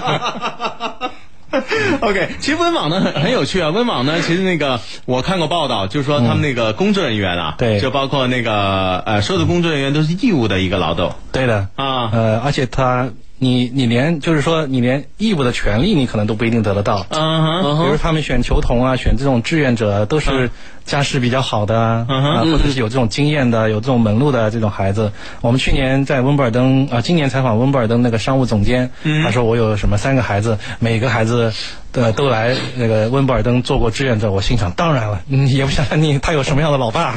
Speaker 1: OK，其实温网呢很很有趣啊。温网呢，其实那个我看过报道，就是说他们那个工作人员啊，
Speaker 4: 对
Speaker 1: 就包括那个呃，所有的工作人员都是义务的一个劳动。
Speaker 4: 对的
Speaker 1: 啊
Speaker 4: 呃，而且他，你你连就是说你连义务的权利你可能都不一定得得到。
Speaker 1: 嗯 哼，
Speaker 4: 比如他们选球童啊，选这种志愿者都是家世比较好的啊，
Speaker 1: 嗯哼
Speaker 4: 啊或者是有这种经验的、有这种门路的这种孩子。我们去年在温布尔登啊、今年采访温布尔登那个商务总监，他说我有什么三个孩子，每个孩子呃都来那个温布尔登做过志愿者。我心想，当然了，嗯、也不想想你他有什么样的老爸。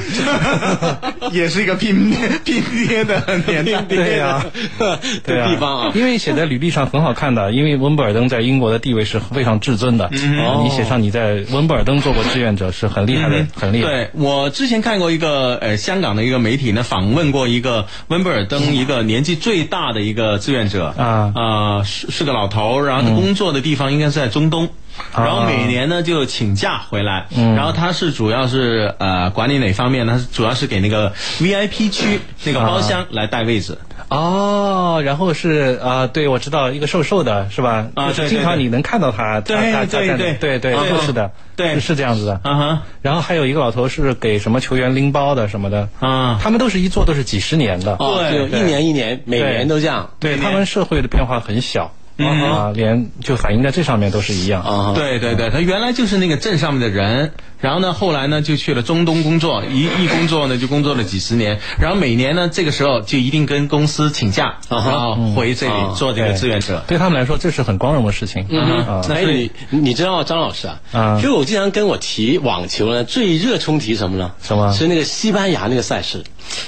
Speaker 1: 也是一个拼拼爹的年代。
Speaker 4: 对呀、 对
Speaker 3: 地方啊
Speaker 4: 因为写在履历上很好看的，因为温布尔登在英国的地位是非常至尊的。
Speaker 1: 嗯
Speaker 3: 哦
Speaker 4: 你写上你在温布尔登做过志愿者是很厉害的，很厉害。
Speaker 1: 对我之前看过一个呃香港的一个媒体呢访问过一个温布尔登一个年纪最大的一个志愿者
Speaker 4: 嗯啊
Speaker 1: 呃是是个老头儿，然后他工作的地方应该是在中东。
Speaker 4: 嗯
Speaker 1: 然后每年呢就请假回来，然后他是主要是呃管理哪方面呢？他是主要是给那个 VIP 区那个包
Speaker 4: 啊
Speaker 1: 厢来带位置。
Speaker 4: 哦，然后是啊、对我知道一个瘦瘦的是吧？
Speaker 1: 啊
Speaker 4: 就是
Speaker 1: 对
Speaker 4: 经
Speaker 1: 对
Speaker 4: 常
Speaker 1: 对
Speaker 4: 你能看到他，
Speaker 1: 对
Speaker 4: 他他他
Speaker 1: 对
Speaker 4: 在
Speaker 1: 对
Speaker 4: 对对，
Speaker 1: 啊
Speaker 4: 就是的，
Speaker 1: 对
Speaker 4: 是是这样子的。
Speaker 1: 啊哈，
Speaker 4: 然后还有一个老头是给什么球员拎包的什么的，
Speaker 1: 啊
Speaker 4: 他们都是一做都是几十年的，
Speaker 3: 哦，
Speaker 1: 对
Speaker 3: 就一年一年，每年都这样。
Speaker 4: 对他们社会的变化很小。
Speaker 1: 嗯
Speaker 4: 啊，连就反映在这上面都是一样
Speaker 3: 啊，
Speaker 1: 对对对，他原来就是那个镇上面的人，然后呢，后来呢就去了中东工作，一一工作呢就工作了几十年，然后每年呢这个时候就一定跟公司请假，然后回这里做这个志愿者。嗯
Speaker 4: 对他们来说这是很光荣的事情。啊
Speaker 3: 哎，你你知道张老师啊？
Speaker 4: 啊
Speaker 3: 其实我经常跟我提网球呢，最热衷提什么呢？
Speaker 4: 什么
Speaker 3: 是那个西班牙那个赛事，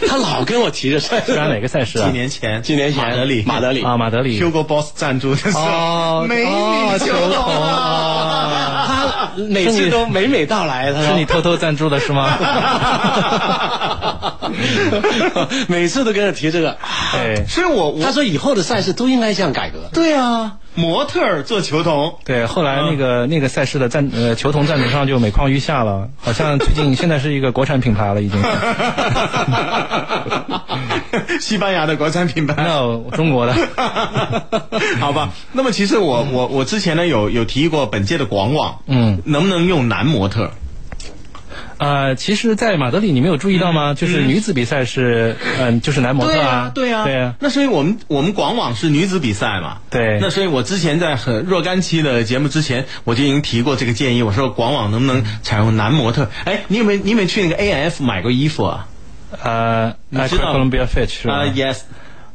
Speaker 3: 他老跟我提这赛
Speaker 4: 西
Speaker 3: 事
Speaker 4: 班。 牙哪个赛事啊
Speaker 1: 几？年前，
Speaker 3: 几年前
Speaker 1: 马德里，
Speaker 3: 马德里
Speaker 4: 啊，马德里。
Speaker 1: Hugo Boss 赞助的时候，
Speaker 4: 哦
Speaker 1: 美女
Speaker 4: 哦
Speaker 1: 球
Speaker 4: 球
Speaker 1: 童
Speaker 4: 童
Speaker 1: 啊
Speaker 4: 啊
Speaker 3: 他 每次都娓娓道来，他
Speaker 4: 是
Speaker 3: 说
Speaker 4: 你偷偷赞助的是吗？
Speaker 3: 每次都跟着提这个。
Speaker 4: 对
Speaker 1: 所以我
Speaker 3: 他
Speaker 1: 我
Speaker 3: 说以后的赛事都应该这样改革。
Speaker 1: 对啊，模特儿做球 童，
Speaker 4: 对，后来
Speaker 1: 嗯
Speaker 4: 那个那个赛事的赞呃球童赞助商就每况愈下了，好像最近现在是一个国产品牌了 已经。
Speaker 1: 西班牙的国产品牌。
Speaker 4: no，中国的
Speaker 1: 好吧，那么其实我我我之前呢有有提议过本届的广网，
Speaker 4: 嗯，
Speaker 1: 能不能用男模特？
Speaker 4: 呃，其实，在马德里你没有注意到吗？就是女子比赛是嗯、就是男模特
Speaker 1: 嗯
Speaker 4: 啊，
Speaker 1: 对呀、
Speaker 4: 对呀、
Speaker 1: 那所以我们我们广网是女子比赛嘛，
Speaker 4: 对
Speaker 1: 那所以我之前在很若干期的节目之前，我就已经提过这个建议，我说广网能不能采用男模特？哎，你有没有你有没有去那个 A F 买过衣服啊？
Speaker 4: 呃，
Speaker 1: 你
Speaker 4: 呃
Speaker 1: 知道
Speaker 4: Columbia Fitch 是吧？
Speaker 1: 啊、y e s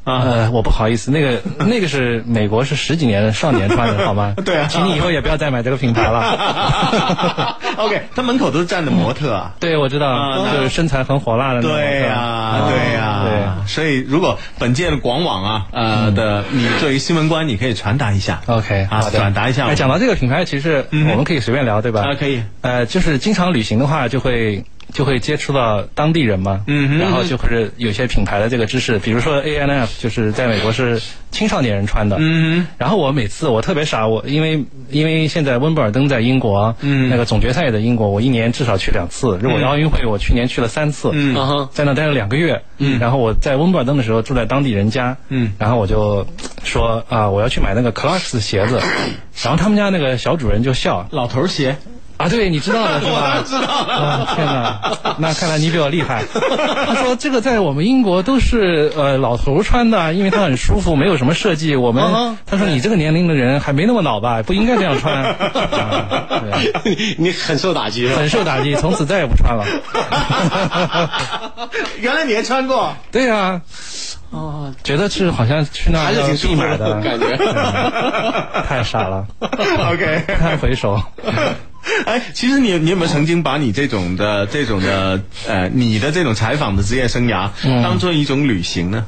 Speaker 1: 啊，
Speaker 4: 呃，我不好意思，那个 那个是美国是十几年的少年穿的，好吗？
Speaker 1: 对啊
Speaker 4: 请你以后也不要再买这个品牌了。
Speaker 1: OK，他门口都是站的模特啊。
Speaker 4: 对，我知
Speaker 1: 啊
Speaker 4: 道，
Speaker 1: 那
Speaker 4: 就是身材很火辣的那种。
Speaker 1: 对呀、
Speaker 4: 是吧
Speaker 1: 对呀、
Speaker 4: 啊
Speaker 1: 所以如果本届的广网啊，呃的，你作为新闻官，你可以传达一下。
Speaker 4: 对，OK，
Speaker 1: 啊，
Speaker 4: 好的
Speaker 1: 转达一下。
Speaker 4: 哎，讲到这个品牌，其实我
Speaker 1: 嗯
Speaker 4: 们可以随便聊，对吧？
Speaker 1: 啊，可以。
Speaker 4: 呃，就是经常旅行的话，就会就会接触到当地人嘛，
Speaker 1: 嗯哼
Speaker 4: 然后就会是有些品牌的这个知识，比如说 A N F，就是在美国是青少年人穿的，
Speaker 1: 嗯
Speaker 4: 然后我每次我特别傻，我因为因为现在温布尔登在英国，啊
Speaker 1: 嗯
Speaker 4: 那个总决赛也在英国，我一年至少去两次。如果奥运会，我去年去了三次，
Speaker 1: 嗯
Speaker 3: 啊哈，
Speaker 4: 在那待了两个月，嗯，然后我在温布尔登的时候住在当地人家，
Speaker 1: 嗯
Speaker 4: 然后我就说啊、我要去买那个 Clarks 鞋 子，然后他们家那个小主人就笑
Speaker 1: 老头儿鞋。
Speaker 4: 啊，对你知道 的是吧？
Speaker 1: 我当然知道了
Speaker 4: 啊天哪，那看来你比我厉害。他说这个在我们英国都是呃老头儿穿的，因为它很舒服，没有什么设计。我
Speaker 1: 啊
Speaker 4: 们、他说你这个年龄的人还没那么老吧，不应该这样穿。啊对
Speaker 3: 你你很受打击是吧？
Speaker 4: 很受打击，从此再也不穿了。
Speaker 1: 原来你还穿过，
Speaker 4: 对啊，哦，觉得是好像去那儿
Speaker 3: 还是挺舒
Speaker 4: 必
Speaker 3: 服
Speaker 4: 买的
Speaker 3: 感觉。
Speaker 4: 嗯 太傻了，
Speaker 1: OK
Speaker 4: 不堪回首。
Speaker 1: 哎，其实你你有没有曾经把你这种的这种的呃你的这种采访的职业生涯当做一种旅行呢？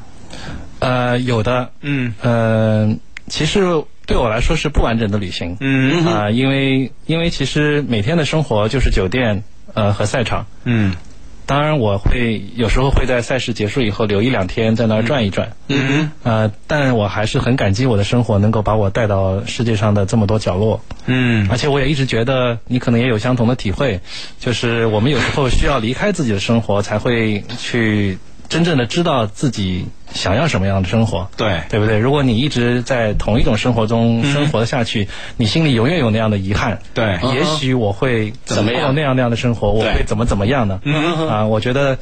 Speaker 4: 呃，有的，
Speaker 1: 嗯
Speaker 4: 呃，其实对我来说是不完整的旅行，
Speaker 1: 嗯
Speaker 4: 啊、因为因为其实每天的生活就是酒店呃和赛场，
Speaker 1: 嗯
Speaker 4: 当然我会有时候会在赛事结束以后留一两天在那儿转一转，
Speaker 1: 嗯
Speaker 4: 呃，但我还是很感激我的生活能够把我带到世界上的这么多角落，
Speaker 1: 嗯
Speaker 4: 而且我也一直觉得你可能也有相同的体会，就是我们有时候需要离开自己的生活，才会去真正的知道自己想要什么样的生活。
Speaker 1: 对嗯
Speaker 4: 对不对？如果你一直在同一种生活中生活下去，你心里永远有那样的遗憾。
Speaker 1: 对嗯
Speaker 4: 也许我会
Speaker 3: 怎么样
Speaker 4: 过那样那样的生活，我
Speaker 3: 对
Speaker 4: 会怎么怎么样呢？啊，我觉得。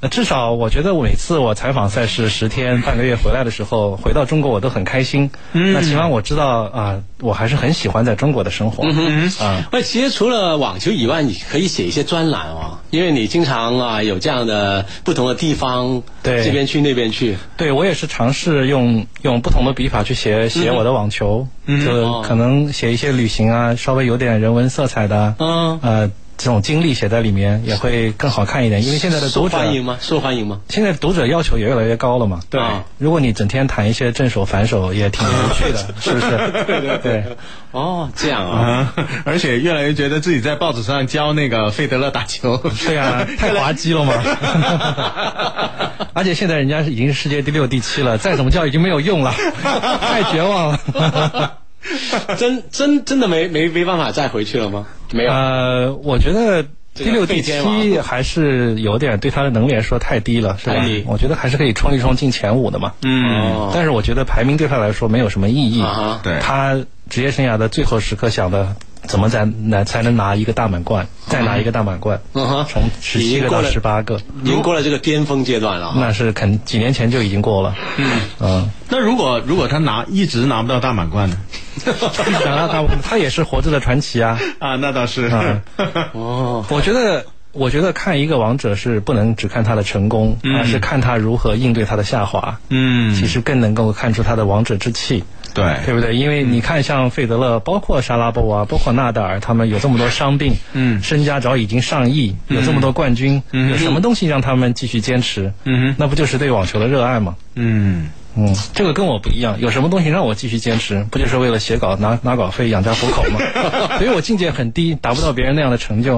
Speaker 4: 呃至少我觉得我每次我采访赛事十天半个月回来的时候，回到中国我都很开心。
Speaker 1: 嗯
Speaker 4: 那起码我知道啊，我还是很喜欢在中国的生活。
Speaker 1: 嗯
Speaker 4: 啊，
Speaker 3: 喂，其实除了网球以外，你可以写一些专栏哦，因为你经常啊有这样的不同的地方，
Speaker 4: 对
Speaker 3: 这边去那边去，
Speaker 4: 对我也是尝试用用不同的笔法去写写我的网球，就可能写一些旅行啊，稍微有点人文色彩的啊，
Speaker 3: 嗯
Speaker 4: 呃，这种经历写在里面也会更好看一点。因为现在的
Speaker 3: 受
Speaker 4: 读者
Speaker 3: 欢迎吗？受欢迎吗？
Speaker 4: 现在读者要求也越来越高了嘛。啊
Speaker 3: 对
Speaker 4: 如果你整天谈一些正手、反手，也挺无趣的，是不是？对对对。
Speaker 3: 哦，这样啊，
Speaker 1: 啊， 而且越来越觉得自己在报纸上教那个费德勒打球。
Speaker 4: 对啊，太滑稽了嘛！而且现在人家已经是世界第六、第七了，再怎么叫已经没有用了， 太绝望了。
Speaker 3: 真真真的没没没办法再回去了吗？没有，
Speaker 4: 呃，我觉得第六、第七还是有点对他的能力来说太低了，是吧
Speaker 3: 太低？
Speaker 4: 我觉得还是可以冲一冲进前五的嘛。
Speaker 1: 嗯，
Speaker 3: 哦，
Speaker 4: 但是我觉得排名对他来说没有什么意义。
Speaker 3: 啊哈
Speaker 1: 对
Speaker 4: 他职业生涯的最后时刻想的，怎么才能才能拿一个大满贯，再拿一个大满贯，
Speaker 3: 嗯哼
Speaker 4: 从十
Speaker 3: 已
Speaker 4: 七
Speaker 3: 经
Speaker 4: 个
Speaker 3: 过
Speaker 4: 到
Speaker 3: 了
Speaker 4: 十八个，
Speaker 3: 已经过嗯了这个巅峰阶段了哈。
Speaker 4: 那是肯几年前就已经过了。嗯 嗯，
Speaker 1: 那如果如果他拿一直拿不到大满贯呢？
Speaker 4: 然后他他也是活着的传奇啊。
Speaker 1: 啊，那倒是。
Speaker 4: 啊
Speaker 3: 哦，
Speaker 4: 我觉得，我觉得看一个王者是不能只看他的成功，而是看他如何应对他的下滑。
Speaker 1: 嗯
Speaker 4: 其实更能够看出他的王者之气，
Speaker 1: 对
Speaker 4: 对不对？因为你看，像费德
Speaker 1: 嗯
Speaker 4: 勒，包括莎拉波娃，包括纳达尔，他们有这么多伤病，
Speaker 1: 嗯
Speaker 4: 身家早已经上亿，有这么多冠军，
Speaker 1: 嗯
Speaker 4: 有什么东西让他们继续坚持？
Speaker 1: 嗯哼
Speaker 4: 那不就是对网球的热爱吗？
Speaker 1: 嗯，
Speaker 4: 嗯，这个跟我不一样，有什么东西让我继续坚持？不就是为了写稿拿拿稿费养家糊口 吗？所以我境界很低，达不到别人那样的成就。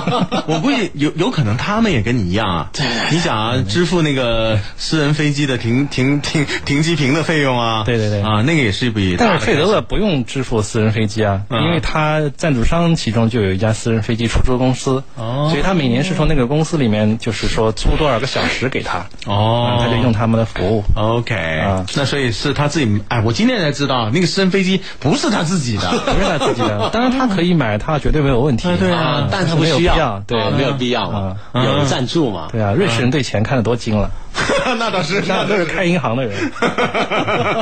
Speaker 1: 我估计有有可能他们也跟你一样啊。你想啊，支付那个私人飞机的停停停停机坪的费用啊。
Speaker 4: 对对对
Speaker 1: 啊，那个也是比
Speaker 4: 但是费德勒不用支付私人飞机啊，
Speaker 1: 嗯
Speaker 4: 因为他赞助商其中就有一家私人飞机出租公司，
Speaker 1: 哦
Speaker 4: 所以他每年是从那个公司里面就是说租多少个小时给他，
Speaker 1: 哦
Speaker 4: 啊，他就用他们的服务。
Speaker 1: OK，、
Speaker 4: 啊
Speaker 1: 那所以是他自己。哎，我今天才知道，那个私人飞机不是他自己的。
Speaker 4: 不 是他自己的，当然他可以买，他绝对没有问题。
Speaker 1: 对
Speaker 3: 啊
Speaker 1: 啊，
Speaker 3: 但他
Speaker 4: 是
Speaker 3: 不
Speaker 4: 没有
Speaker 3: 需
Speaker 4: 必
Speaker 3: 要
Speaker 4: 要，对
Speaker 3: 啊没有必要嘛
Speaker 4: 啊，
Speaker 3: 有赞助嘛，
Speaker 4: 对啊，瑞士人对钱看得多精了，
Speaker 1: 那倒是，
Speaker 4: 那
Speaker 1: 那
Speaker 4: 都
Speaker 1: 倒
Speaker 4: 是
Speaker 1: 是。
Speaker 4: 开银行的 人。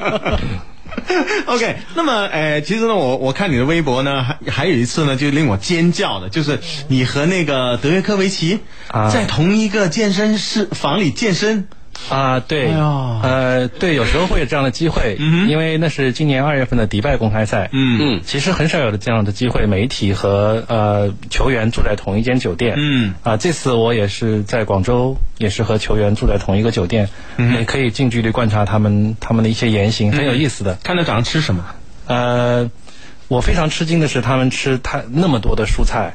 Speaker 1: OK，那么呃，其实呢，我我看你的微博呢，还还有一次呢，就令我尖叫的，就是你和那个德约科维奇
Speaker 4: 啊
Speaker 1: 在同一个健身室房里健身。
Speaker 4: 啊，对，
Speaker 1: 哎呦
Speaker 4: 呃，对，有时候会有这样的机会，因为那是今年二月份的迪拜公开赛，
Speaker 1: 嗯
Speaker 3: 嗯
Speaker 4: 其实很少有这样的机会，媒体和呃球员住在同一间酒店，
Speaker 1: 嗯，
Speaker 4: 啊、这次我也是在广州，也是和球员住在同一个酒店，
Speaker 1: 嗯
Speaker 4: 也可以近距离观察他们他们的一些言行，很有意思的，
Speaker 1: 看他早上吃什么？
Speaker 4: 呃，我非常吃惊的是他们吃太那么多的蔬菜，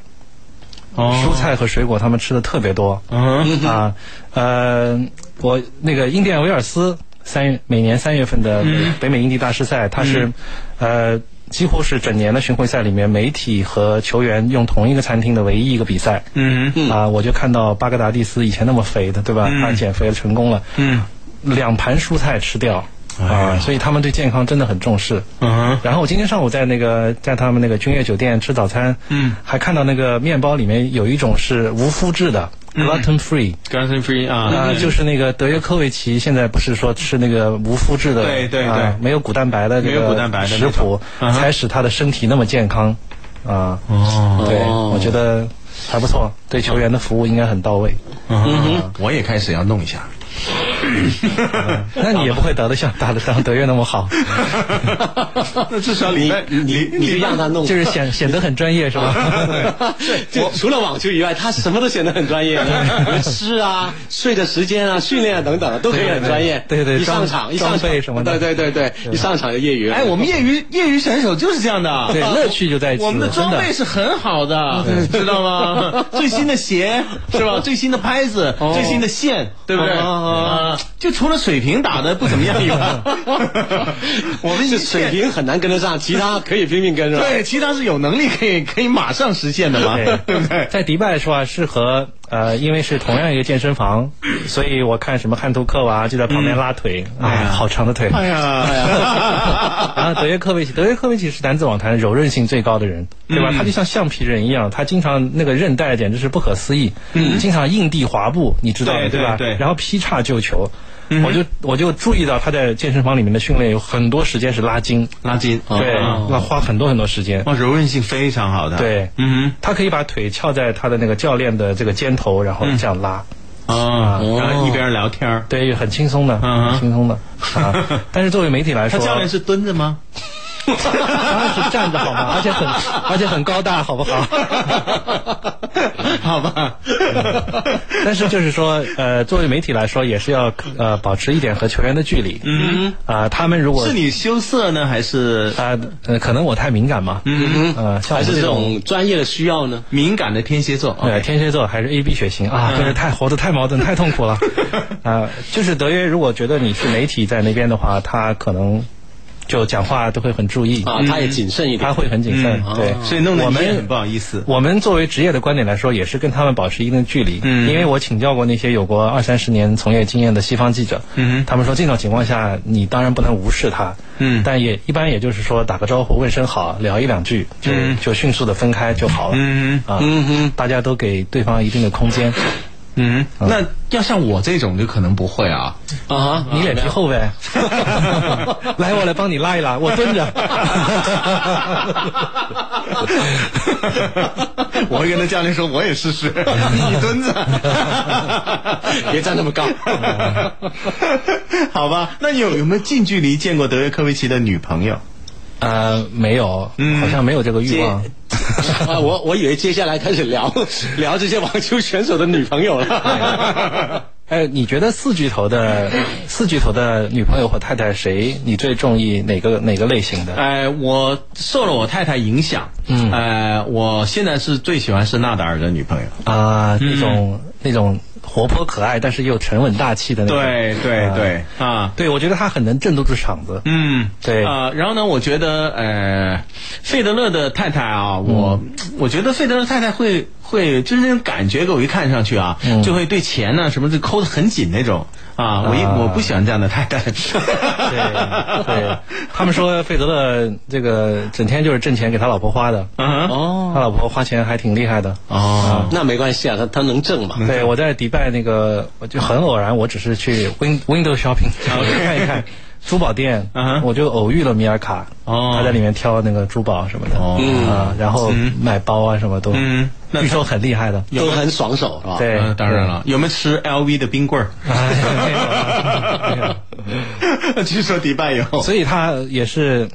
Speaker 1: 哦
Speaker 4: 蔬菜和水果他们吃的特别多，
Speaker 1: 嗯
Speaker 4: 啊，呃，我那个印第安维尔斯三月每年三月份的
Speaker 1: 嗯
Speaker 4: 北美印地大师赛，它是、呃几乎是整年的巡回赛里面，媒体和球员用同一个餐厅的唯一一个比赛。
Speaker 1: 嗯
Speaker 4: 啊，我就看到巴格达蒂斯以前那么肥的，对吧？他减肥成功了，
Speaker 1: 嗯哎
Speaker 4: 两盘蔬菜吃掉。啊，所以他们对健康真的很重视。
Speaker 1: 嗯
Speaker 4: 然后我今天上午在那个在他们那个君悦酒店吃早餐，
Speaker 1: 嗯，
Speaker 4: 还看到那个面包里面有一种是无麸质的、gluten
Speaker 1: 嗯
Speaker 4: free，
Speaker 1: ，Gluten Free 啊，
Speaker 4: 啊、就是那个德约科维奇，现在不是说吃那个无麸质的，
Speaker 1: 对对
Speaker 4: 啊
Speaker 1: 对
Speaker 4: 没有骨蛋白的这
Speaker 1: 没有
Speaker 4: 个
Speaker 1: 骨蛋白的
Speaker 4: 食
Speaker 1: 那种
Speaker 4: 谱，
Speaker 1: 嗯哼
Speaker 4: 才使他的身体那么健康，啊、
Speaker 1: 哦，
Speaker 4: 对，
Speaker 3: 哦
Speaker 4: 我 觉得还不错，对球员的服务应该很到位。
Speaker 1: 嗯我也开始要弄一下。
Speaker 4: 那你也不会打得像打得像德月那 么好，
Speaker 1: 那至少礼拜
Speaker 3: 你
Speaker 1: 礼
Speaker 3: 你就
Speaker 1: 礼拜
Speaker 3: 让他弄，
Speaker 4: 就是显显得很专业是 吧？
Speaker 3: 就 除了网球以外，他什么都显得很专 业，吃啊、睡的时间啊、训练啊等等都可以很专业。
Speaker 4: 对对对
Speaker 3: 一上场
Speaker 4: 装
Speaker 3: 一上
Speaker 4: 装备
Speaker 3: 场
Speaker 4: 什么的
Speaker 3: 对对对对，一上场就业余了。
Speaker 1: 哎，我们业余业余选手就是这样的，
Speaker 4: 对，乐趣就在此，
Speaker 1: 我们的
Speaker 4: 真
Speaker 1: 装
Speaker 4: 的
Speaker 1: 备是很好的， 知道吗？最新的鞋是吧？最新的拍子，最新的线，对不对？啊，就除了水平打的不怎么样以外， 我们
Speaker 3: 这
Speaker 1: 一
Speaker 3: 水
Speaker 1: 切
Speaker 3: 平很难跟得上，其他可以拼命跟上。
Speaker 1: 对，其他是有能力可以可以马上实现的嘛，对不 对？
Speaker 4: 在迪拜是吧？是和呃，因为是同样一个健身房，所以我看什么汉图克娃就在旁边拉腿，哎呀，好长的腿。
Speaker 1: 哎 呀，哎呀，
Speaker 4: 然后德约科维奇，德约科维奇是男子网坛柔韧性最高的人，对吧？
Speaker 1: 嗯
Speaker 4: 他就像橡皮人一样，他经常那个韧带简直是不可思议，经常硬地滑步，你知道的
Speaker 1: 嗯对
Speaker 4: 吧？
Speaker 1: 对对嗯
Speaker 4: 然后劈叉救球，我就我就注意到他在健身房里面的训练有很多时间是拉筋，
Speaker 1: 拉筋，
Speaker 4: 啊对，那花很多很多时间。
Speaker 1: 啊哇，柔韧性非常好的，
Speaker 4: 对，
Speaker 1: 嗯
Speaker 4: 他可以把腿翘在他的那个教练的这个肩头，然后
Speaker 1: 嗯
Speaker 4: 这样拉，
Speaker 1: 哼，啊，
Speaker 4: 哦
Speaker 1: 然后一边聊天儿。
Speaker 4: 对，很轻松的，
Speaker 1: 嗯哼
Speaker 4: 很轻松的 啊。但是作为媒体来
Speaker 1: 他
Speaker 4: 说，
Speaker 1: 教练是蹲着 吗？
Speaker 4: 当然是站着好 吗？而且很而且很高大，好不好？
Speaker 1: 好吧，
Speaker 4: 但是就是说，呃，作为媒体来说，也是要呃保持一点和球员的距离。嗯啊、他们如果
Speaker 1: 是你羞涩呢，还是
Speaker 4: 啊、呃，可能我太敏感嘛。嗯嗯。呃，像
Speaker 3: 还
Speaker 4: 我
Speaker 3: 是
Speaker 4: 们这
Speaker 3: 这
Speaker 4: 种。
Speaker 3: 种专业的需要呢？
Speaker 1: 敏感的天蝎座？哦
Speaker 4: 呃，天蝎座还是 A B 血型
Speaker 3: 嗯
Speaker 4: 啊，真是太活得太矛盾，太痛 苦了。啊，就是德约，如果觉得你是媒体在那边的话，他可能就讲话都会很注意，
Speaker 3: 啊，他也谨慎一点嗯
Speaker 4: 他。
Speaker 3: 哦
Speaker 4: 会很谨慎。对，
Speaker 1: 所以弄得
Speaker 4: 我
Speaker 1: 你
Speaker 4: 们
Speaker 1: 也很不好意思。
Speaker 4: 我们作为职业的观点来说，也是跟他们保持一定的距离。嗯，因为我请教过那些有过二三十年从业经验的西方记者，嗯，他们说这种情况下，你当然不能无视他，嗯，但也一般也就是说打个招呼、问声好、聊一两句，就、就迅速的分开就好了。嗯啊，嗯大家都给对方一定的空间。
Speaker 1: 嗯，那要像我这种就可能不会啊。
Speaker 3: 啊，
Speaker 4: 你脸皮厚呗， 来，我来帮你拉一拉，我蹲着。
Speaker 1: 我会跟他教练说，我也试试，你蹲着，
Speaker 3: 别站那么高。
Speaker 1: 好吧？那你有有没有近距离见过德约科维奇的女朋友？
Speaker 4: 呃，没有，好像没有这个欲望。
Speaker 3: 啊，我我以为接下来开始聊聊这些网球选手的女朋友了。
Speaker 4: 哎，你觉得四巨头的四巨头的女朋友或太太谁你最中意哪个哪个类型 的？
Speaker 1: 哎，我受了我太太影响，嗯，哎，我现在是最喜欢是纳达尔的女朋友。
Speaker 4: 啊、那种、
Speaker 1: 嗯
Speaker 4: 那种活泼可爱，但是又沉稳大气的那种。
Speaker 1: 对对对，啊，
Speaker 4: 对，我觉得他很能镇得住 场子。
Speaker 1: 嗯，
Speaker 4: 对
Speaker 1: 啊、然后呢，我觉得呃，费德勒的太太啊，我、我觉得费德勒太太会会就是那种感觉给我一看上去啊，就会对钱呢、什么就抠得很紧那种啊，我一、
Speaker 4: 啊
Speaker 1: 我不喜欢这样的太太。啊
Speaker 4: 对对，他们说费德勒这个整天就是挣钱给他老婆花的，
Speaker 1: 嗯哼
Speaker 4: 他老婆花钱还挺厉害的。
Speaker 1: 哦，
Speaker 3: 那没关系啊，他他能 挣嘛？
Speaker 4: 对，我在迪拜那个，我就很偶然，我只是去 Win Window Shopping 看一看珠宝店
Speaker 1: 嗯哼
Speaker 4: 我就偶遇了米尔卡，
Speaker 1: 哦
Speaker 4: 他在里面挑那个珠宝什么的，
Speaker 1: 嗯
Speaker 4: 啊，然后买包啊什么都，
Speaker 1: 嗯那
Speaker 4: 据说很厉害的，
Speaker 3: 都很爽手啊是吧？
Speaker 4: 哎对
Speaker 1: 嗯，当然了，有没有吃 LV 的冰棍
Speaker 4: 哎没有
Speaker 1: 儿？ 据说迪拜有，
Speaker 4: 所以他也是，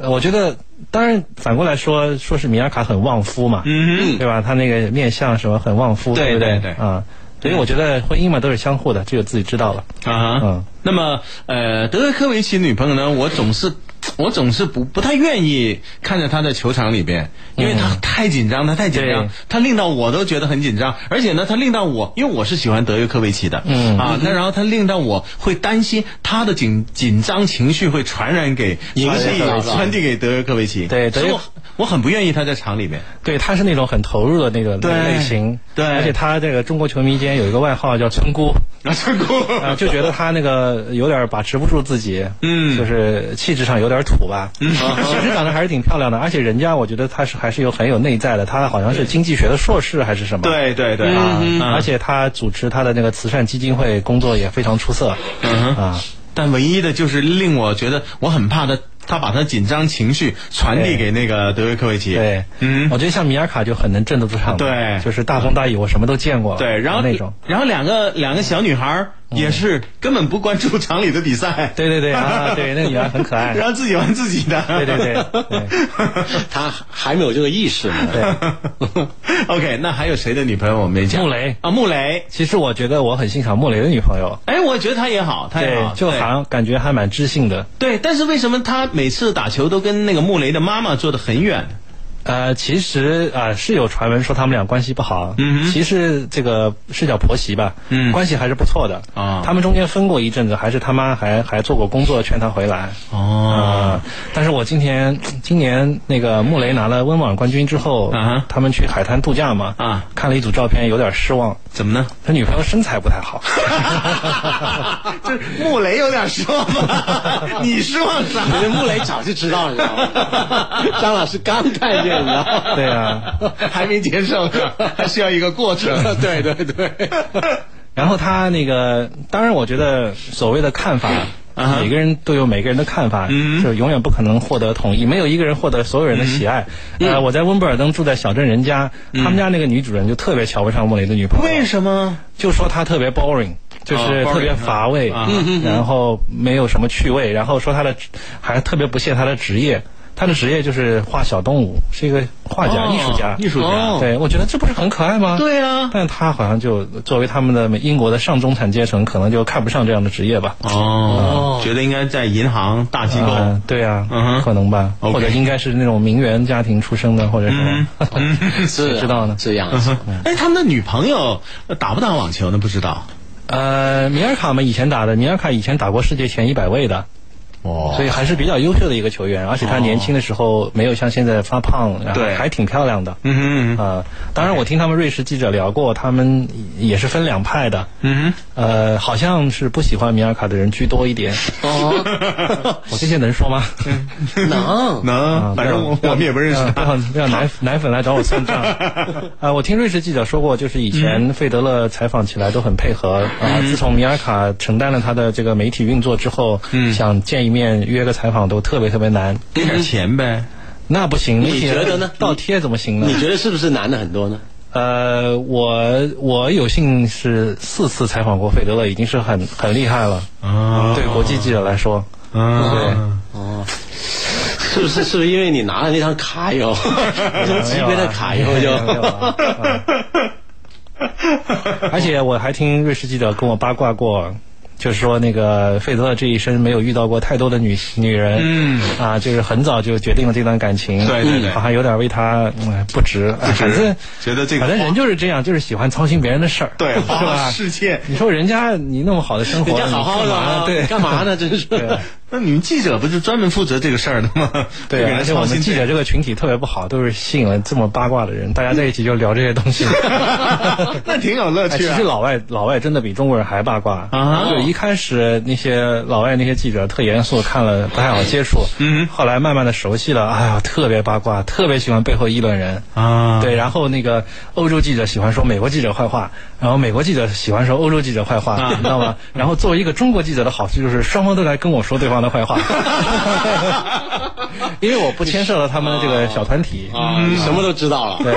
Speaker 4: 呃我觉得。当然，反过来说，说是米尔卡很旺夫嘛，嗯，对吧？他那个面相什么很旺夫，
Speaker 1: 对
Speaker 4: 不
Speaker 1: 对
Speaker 4: 对
Speaker 1: 对
Speaker 4: 啊，所以我觉得婚姻嘛都是相互的，只有自己知道了。
Speaker 1: 啊哈，
Speaker 4: 嗯
Speaker 1: 那么呃，德约科维奇女朋友呢，我总是。我总是不不太愿意看着她在球场里边，因为她太紧张，她太紧张
Speaker 4: 嗯对，
Speaker 1: 她令到我都觉得很紧张。而且呢，她令到我，因为我是喜欢德约科维奇的，
Speaker 4: 嗯
Speaker 1: 啊，那然后她令到我会担心她的紧紧张情绪会传染给传递
Speaker 3: 影响到
Speaker 1: 传递给德约科维奇。
Speaker 4: 对德
Speaker 1: 所
Speaker 4: 约
Speaker 1: 以我我很不愿意她在场里边。
Speaker 4: 对，他是那种很投入的那个那个
Speaker 1: 对
Speaker 4: 类型，
Speaker 1: 对
Speaker 4: 而且他这个中国球迷间有一个外号叫“村姑”，
Speaker 1: 啊，成功
Speaker 4: 啊、就觉得他那个有点把持不住自己，
Speaker 1: 嗯啊
Speaker 4: 就是气质上有点土吧，嗯，其实长得还是挺漂亮的，而且人家我觉得他是还是有很有内在的，他好像是经济学的硕士还是什 么，
Speaker 1: 对对对，
Speaker 4: 啊，
Speaker 1: 啊
Speaker 4: 而且他主持他的那个慈善基金会工作也非常出色，
Speaker 1: 嗯哼
Speaker 4: 啊，
Speaker 1: 但唯一的就是令我觉得我很怕他，他把他紧张情绪传递给那个德约科维奇。
Speaker 4: 对，哦
Speaker 1: 嗯
Speaker 4: 我觉得像米尔卡就很能镇得住场子，
Speaker 1: 对
Speaker 4: 就是大风大雨我什么都见过了，
Speaker 1: 对，然后
Speaker 4: 那种。
Speaker 1: 然后两个两个小女孩儿也是根本不关注厂里的比赛。
Speaker 4: 对对对啊，对，那个女孩很可爱。
Speaker 1: 然后自己玩自己的。
Speaker 4: 对对对
Speaker 1: 对
Speaker 3: 他还没有这个意 识呢。
Speaker 1: OK，那还有谁的女朋友我没讲？
Speaker 4: 穆雷
Speaker 1: 啊，穆雷。
Speaker 4: 其实我觉得我很欣赏莫雷的女朋友，
Speaker 1: 哎，我觉得他也好，他也好，
Speaker 4: 就
Speaker 1: 对
Speaker 4: 好像感觉还蛮知性的。
Speaker 1: 对。但是为什么他每次打球都跟那个穆雷的妈妈坐得很远？
Speaker 4: 呃，其实啊、呃是有传闻说他们俩关系不好，
Speaker 1: 嗯哼
Speaker 4: 其实这个是叫婆媳吧，
Speaker 1: 嗯
Speaker 4: 关系还是不错的
Speaker 1: 啊
Speaker 4: 他们中间分过一阵子，还是他妈还还做过工作劝他回来。
Speaker 1: 哦
Speaker 4: 啊、但是我今年今年那个穆雷拿了温网冠军之后，
Speaker 1: 啊哈
Speaker 4: 他们去海滩度假嘛，
Speaker 1: 啊
Speaker 4: 看了一组照片，有点失望，
Speaker 1: 怎么呢？
Speaker 4: 他女朋友身材不太好。
Speaker 1: 这穆雷有点失望吧？ 你失望啥？
Speaker 3: 人家穆雷早就知道，你知道吗？张老师刚看见，你知道吗？
Speaker 4: 对啊，
Speaker 1: 还没接受呢，还需要一个过 程。
Speaker 3: 对对对，
Speaker 4: 然后他那个，当然，我觉得所谓的看法。
Speaker 1: 啊哈
Speaker 4: 每个人都有每个人的看法，
Speaker 1: 嗯
Speaker 4: 就是永远不可能获得统一，没有一个人获得所有人的喜爱。
Speaker 1: 嗯
Speaker 4: 呃，我在温布尔登住在小镇人家，他们家那个女主人就特别瞧不上莫雷的女朋友，
Speaker 1: 为什么？
Speaker 4: 就说她特别 boring，就是
Speaker 1: 哦，boring，
Speaker 4: 特别乏味，
Speaker 1: 啊
Speaker 4: 然后没有什么趣味，然后说她的还特别不屑她的职业，她的职业就是画小动物，是一个画家、
Speaker 1: 哦
Speaker 4: 艺术家、
Speaker 1: 艺术家哦
Speaker 4: 对，我觉得这不是很可爱吗？
Speaker 1: 对啊
Speaker 4: 但她好像就作为他们的英国的上中产阶层，可能就看不上这样的职业吧。
Speaker 1: 哦，觉得应该在银行、大机构。
Speaker 4: 嗯，对啊，
Speaker 1: 嗯哼
Speaker 4: 可能吧
Speaker 1: OK 嗯
Speaker 4: 或者应该是那种名媛家庭出生的，或者什么，
Speaker 3: 是
Speaker 4: 谁知道呢？
Speaker 3: 这样子。
Speaker 1: 哎，他们的女朋友呃打不打网球呢？不知道。
Speaker 4: 呃，米尔卡嘛，以前打的，米尔卡以前打过世界前一百位的，
Speaker 1: 哦
Speaker 4: 所以还是比较优秀的一个球员，而且他年轻的时候没有像现在发胖，然后
Speaker 1: 对
Speaker 4: 还挺漂亮的。
Speaker 1: 嗯哼嗯哼
Speaker 4: 呃，当然我听他们瑞士记者聊过，他们也是分两派的。
Speaker 1: 嗯
Speaker 4: 呃，好像是不喜欢米尔卡的人居多一点。
Speaker 3: 哦，
Speaker 4: 我这些能说吗？
Speaker 3: 能
Speaker 1: 哼，能，
Speaker 4: 啊
Speaker 1: 反正我
Speaker 4: 不要
Speaker 1: 我们也不认识
Speaker 4: 啊
Speaker 1: 他。
Speaker 4: 不要不要 奶奶粉来找我算账。啊，我听瑞士记者说过，就是以
Speaker 1: 嗯
Speaker 4: 前费德勒采访起来都很配合啊。自从米尔卡承担了他的这个媒体运作之后，
Speaker 1: 嗯
Speaker 4: 想见一面约个采访都特别特别难。
Speaker 1: 给点钱呗。
Speaker 4: 那不行，媒体
Speaker 3: 觉得呢
Speaker 4: 倒贴怎么行呢
Speaker 3: 你？觉得是不是男的很多呢？
Speaker 4: 呃，我我有幸是四次采访过费德勒，已经是很很厉害了。
Speaker 1: 啊
Speaker 4: 对国际记者来说，对
Speaker 1: 啊，
Speaker 3: 是不是？是不是因为你拿了那张卡 以后，那张级别的卡以后
Speaker 4: 没
Speaker 3: 就
Speaker 4: 有啊没有啊 嗯而且我还听瑞士记者跟我八卦过。就是说，那个费德勒这一生没有遇到过太多的女女人，嗯啊，就是很早就决定了这段感情，
Speaker 1: 对对对
Speaker 4: 好像有点为他、嗯、不值，不反正
Speaker 1: 觉得这个
Speaker 4: 反正人就是这样，就是喜欢操心别人的事儿，
Speaker 1: 对，
Speaker 4: 是
Speaker 1: 花
Speaker 4: 吧？
Speaker 1: 世界。
Speaker 4: 你说人家你那么好的生活，
Speaker 3: 人家好好的啊，
Speaker 4: 你干嘛对，
Speaker 3: 干嘛呢？真是。
Speaker 4: 对
Speaker 1: 那你们记者不是专门负责这个事儿的吗？
Speaker 4: 对
Speaker 1: 给
Speaker 4: 啊，而
Speaker 1: 人
Speaker 4: 且我
Speaker 1: 操
Speaker 4: 们
Speaker 1: 心
Speaker 4: 记者这个群体特别不好，都是吸引了这么八卦的人，大家在一起就聊这些东西。
Speaker 1: 那挺有乐
Speaker 4: 哎，
Speaker 1: 趣
Speaker 4: 其
Speaker 1: 啊
Speaker 4: 实。老外老外真的比中国人还八卦
Speaker 1: 啊
Speaker 4: 对，一开始那些老外那些记者特严肃，看了不太好接触。嗯，后来慢慢的熟悉了，哎呀，特别八卦，特别喜欢背后议论人。
Speaker 1: 啊
Speaker 4: 对，然后那个欧洲记者喜欢说美国记者坏话，然后美国记者喜欢说欧洲记者坏话，
Speaker 1: 啊
Speaker 4: 你知 道吗？然后作为一个中国记者的好处就是双方都来跟我说对方的坏 话，因为我不牵涉到他们这个小团体。
Speaker 1: 哦
Speaker 3: 啊，你什么都知道了。
Speaker 4: 嗯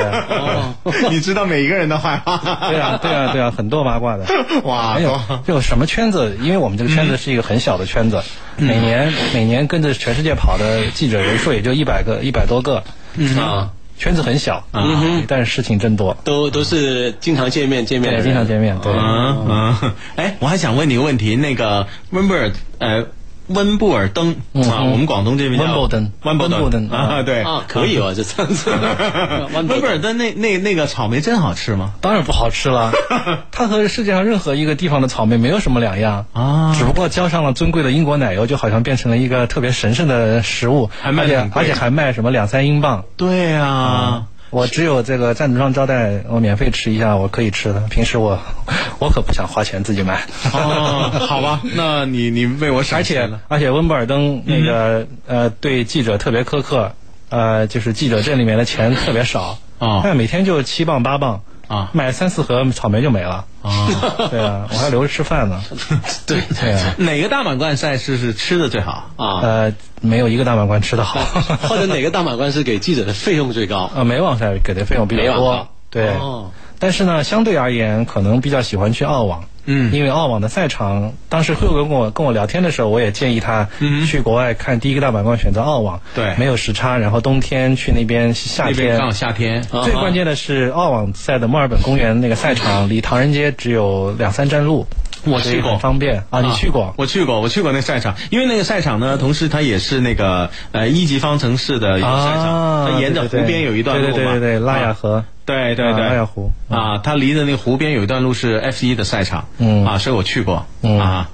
Speaker 4: 对，
Speaker 1: 你知道每一个人的坏话。
Speaker 4: 对啊，对啊，对啊，很多八卦的。
Speaker 1: 哇
Speaker 4: 还，有
Speaker 1: 多
Speaker 4: 就什么圈子？因为我们这个圈子是一个很小的圈子，
Speaker 1: 嗯
Speaker 4: 每年每年跟着全世界跑的记者人数也就一百个，一百多个
Speaker 1: 嗯
Speaker 4: 啊，圈子很小啊，但是事情真多，
Speaker 3: 都都是经常见面，见面
Speaker 4: 对，
Speaker 3: 的人
Speaker 4: 经常见面，对。
Speaker 1: 嗯嗯，哎，我还想问你个问题，那个温布尔呃。温布尔登啊，
Speaker 4: 嗯
Speaker 1: 我们广东这边叫
Speaker 4: 温布登
Speaker 1: 温布
Speaker 4: 温布登
Speaker 1: 啊，对
Speaker 3: 啊，可 以哦，
Speaker 4: 嗯
Speaker 3: 这样 子。
Speaker 1: 温布尔登那那那个草莓真好吃吗？
Speaker 4: 当然不好 吃了，它和世界上任何一个地方的草莓没有什么两样
Speaker 1: 啊
Speaker 4: 只不过浇上了尊贵的英国奶油，就好像变成了一个特别神圣的食物，
Speaker 1: 还卖
Speaker 4: 而
Speaker 1: 得
Speaker 4: 且
Speaker 1: 很贵
Speaker 4: 而且还卖什么两三英镑。
Speaker 1: 对啊，
Speaker 4: 我只有这个赞助商招待，我免费吃一下，我可以吃的。平时我 我可不想花钱自己买。
Speaker 1: 哦，好吧，那你你为我省
Speaker 4: 而
Speaker 1: 钱
Speaker 4: 且
Speaker 1: 了，嗯
Speaker 4: 而且温布尔登那个、呃对记者特别苛刻，呃就是记者这里面的钱特别少，
Speaker 1: 哦
Speaker 4: 但每天就七磅八磅
Speaker 1: 啊
Speaker 4: 买三四盒草莓就没了。
Speaker 1: 啊，
Speaker 4: 对啊，我还留着吃 饭呢。
Speaker 3: 对
Speaker 4: 对啊，
Speaker 1: 哪个大满贯赛事是吃的最好？
Speaker 3: 啊，
Speaker 4: 呃，没有一个大满贯吃的好，
Speaker 3: 或者哪个大满贯是给记者的费用最高？
Speaker 4: 呃，美网赛给的费用比
Speaker 3: 美
Speaker 4: 较
Speaker 3: 网
Speaker 4: 多
Speaker 3: 啊，
Speaker 4: 对。
Speaker 3: 哦
Speaker 4: 但是呢，相对而言，可能比较喜欢去澳网。
Speaker 1: 嗯
Speaker 4: 因为澳网的赛场，当时慧哥跟我跟我聊天的时候，我也建议他去国外看第一个大满贯，选择澳网。
Speaker 1: 嗯对
Speaker 4: 没有时差，然后冬天去那边，夏
Speaker 1: 那边啊
Speaker 4: 天啊
Speaker 1: 刚好夏天，
Speaker 4: 最关键的是，澳网赛的墨尔本公园那个赛场离唐人街只有两三站路，
Speaker 1: 我
Speaker 4: 所以
Speaker 1: 去过
Speaker 4: 很方便啊。你去过？
Speaker 1: 我去过，我去过那赛场，因为那个赛场呢，同时它也是那个呃一级方程式的一个赛场，
Speaker 4: 啊，
Speaker 1: 它沿着湖
Speaker 4: 对对对
Speaker 1: 边有一段路
Speaker 4: 对
Speaker 1: 嘛，啊
Speaker 4: 对对对，拉雅河。
Speaker 1: 对对
Speaker 4: 啊
Speaker 1: 对，
Speaker 4: 拉雅湖
Speaker 1: 啊，它离着那个湖边有一段路是 F 一的赛场，
Speaker 4: 嗯
Speaker 1: 啊，所以我去过，
Speaker 4: 嗯
Speaker 1: 啊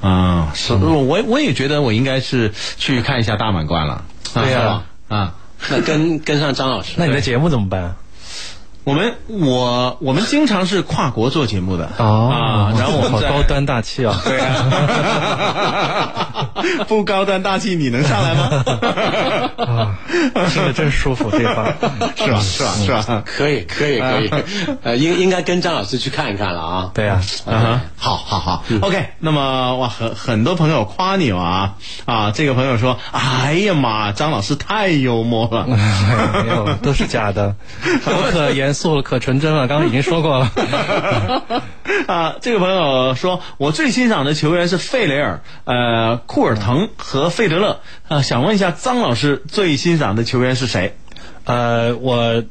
Speaker 1: 啊，是，我我也觉得我应该是去看一下大满贯了，
Speaker 4: 对呀
Speaker 1: 是吧啊，
Speaker 3: 那跟跟上张老师，
Speaker 4: 那你的节目怎么办？
Speaker 1: 我们我我们经常是跨国做节目的
Speaker 4: 哦
Speaker 1: 啊，然后我
Speaker 4: 好
Speaker 1: 们在
Speaker 4: 高端大气啊。
Speaker 1: 对啊， 不高端大气，你能上来吗？
Speaker 4: 啊，听着真舒服，这嗯话。
Speaker 1: 是吧？是吧？啊是吧？
Speaker 3: 可以可以可以， 呃，应应该跟张老师去看一看了啊。
Speaker 4: 对啊，
Speaker 1: 啊哈，好好好、o
Speaker 4: 嗯
Speaker 1: k 那么哇，很很多朋友夸你啊啊！这个朋友说：“哎呀妈，张老师太幽默 了。
Speaker 4: 没有，哎都是假的。我可严肃了，可纯真了，刚刚已经说 过了。
Speaker 1: 啊，这个朋友说，我最欣赏的球员是费雷尔、呃库尔滕和费德勒。啊，想问一下张老师，最欣赏的球员是谁？
Speaker 4: 呃，我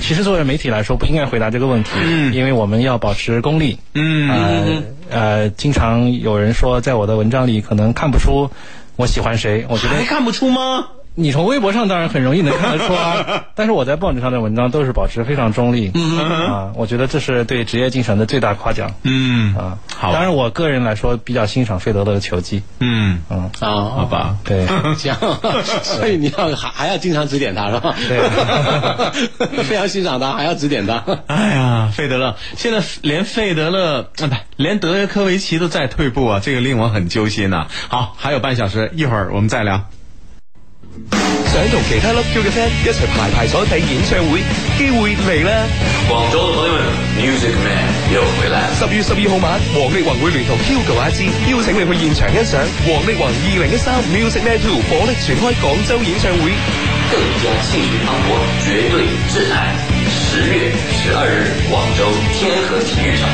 Speaker 4: 其实作为媒体来说，不应该回答这个问题，因为我们要保持中立。
Speaker 1: 嗯
Speaker 4: 呃呃，经常有人说，在我的文章里可能看不出我喜欢谁。我觉得
Speaker 1: 还看不出吗？
Speaker 4: 你从微博上当然很容易能看得出啊，但是我在报纸上的文章都是保持非常中立。啊，我觉得这是对职业精神的最大夸奖。
Speaker 1: 嗯
Speaker 4: 啊，
Speaker 1: 好
Speaker 4: 当然，我个人来说比较欣赏费德勒的球技。
Speaker 1: 嗯，
Speaker 4: 嗯，
Speaker 3: 啊，
Speaker 1: 好吧。
Speaker 4: 对。
Speaker 3: 这样，所以你要还还要经常指点他是吧？
Speaker 4: 对，
Speaker 3: 非常欣赏他，还要指点他。
Speaker 1: 哎呀，费德勒现在连费德勒啊，不、连德约科维奇都在退步啊，这个令我很揪心呐、好，还有半小时，一会儿我们再聊。
Speaker 5: 想同其他粒 Q 嘅 friend 一齊排排坐睇演唱會，機會嚟啦！
Speaker 6: 广州的朋友们，Music Man 又回来了。
Speaker 5: 十月十二號晚，王力宏會聯同 Hugo 阿芝邀請你去現場欣賞王力宏二零一三 Music Man Two 火力全開廣州演唱會。
Speaker 6: 更加氣宇磅礴，绝对震撼！十月十二日，广州天河体育场。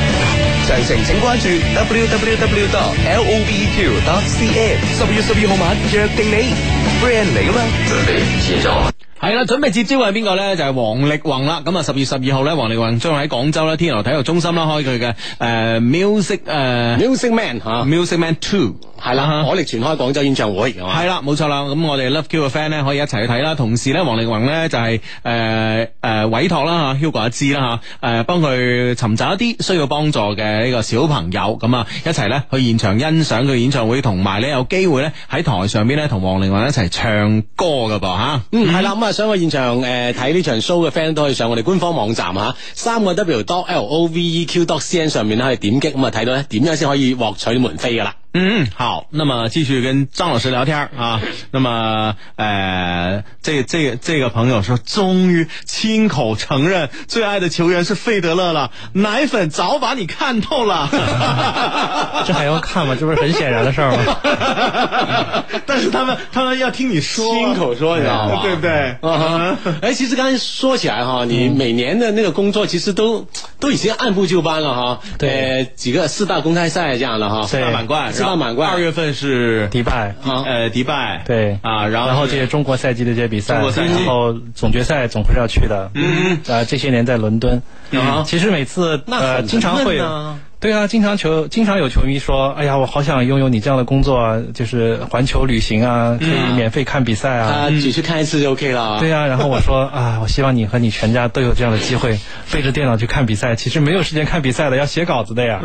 Speaker 5: 詳情請關注 www dot loveq dot cn。十月十二號晚約定你，friend 嚟噶嘛？
Speaker 6: 准备接招了。
Speaker 1: 系啦，准备接招嘅边个呢？就系、王力宏啦。咁啊，十月十二号呢，王力宏将會喺广州咧天河体育中心啦开佢嘅诶 Music 诶、
Speaker 3: Music Man 吓，
Speaker 1: Music Man Two
Speaker 3: 系啦，火力全開廣州演唱會啊
Speaker 1: 系啦，冇錯啦。咁我哋 Love Q 嘅 friend 咧可以一齊去睇啦。同時咧，王力宏咧就係诶诶委託啦吓，Hugo 阿芝啦吓，诶帮佢尋找一啲需要幫助嘅呢個小朋友，咁啊一齊咧去現場欣賞佢演唱會，同埋咧有機會咧喺台上邊咧同王力宏一齊唱歌噶噃吓。
Speaker 3: 嗯，系啦，咁啊，想去現場诶睇呢場 show 嘅 friend 都可以上我哋官方網站吓，三個 W dot L O V E Q dot C N 上面咧可以點擊，咁啊睇到咧點樣先可以獲取門飛噶啦。
Speaker 1: 嗯，好，那么继续跟张老师聊天儿啊。那么，呃，这这这个朋友说，终于亲口承认最爱的球员是费德勒了，奶粉早把你看透了。
Speaker 4: 这还要看吗？这不是很显然的事儿吗？
Speaker 1: 但是他们他们要听你说，
Speaker 3: 亲口说你知道吗
Speaker 1: 对不对？
Speaker 3: 啊 哈，哎，其实刚才说起来哈，你每年的那个工作其实都都已经按部就班了哈。
Speaker 4: 对
Speaker 3: 呃，几个四大公开赛这样的哈。
Speaker 4: 对
Speaker 1: 大满贯，
Speaker 3: 四大满贯
Speaker 1: 然后二月份是
Speaker 4: 迪拜。
Speaker 3: 啊
Speaker 1: 呃迪拜，
Speaker 4: 对
Speaker 1: 啊，然后
Speaker 4: 然后这些中国赛季的这些比赛，
Speaker 1: 中国赛季
Speaker 4: 然后总决赛总会要去的。嗯呃，这些年在伦敦，
Speaker 3: 啊
Speaker 4: 其实每次
Speaker 3: 那
Speaker 4: 呃
Speaker 3: 很
Speaker 4: 经常会
Speaker 3: 闷呐。
Speaker 4: 对啊，经常球，经常有球迷说：“哎呀，我好想拥有你这样的工作啊，就是环球旅行啊，可以免费看比赛啊。
Speaker 3: 他只去看一次就 OK 了啊。
Speaker 4: 对啊，然后我说啊，我希望你和你全家都有这样的机会，背着电脑去看比赛。其实没有时间看比赛的，要写稿子的呀，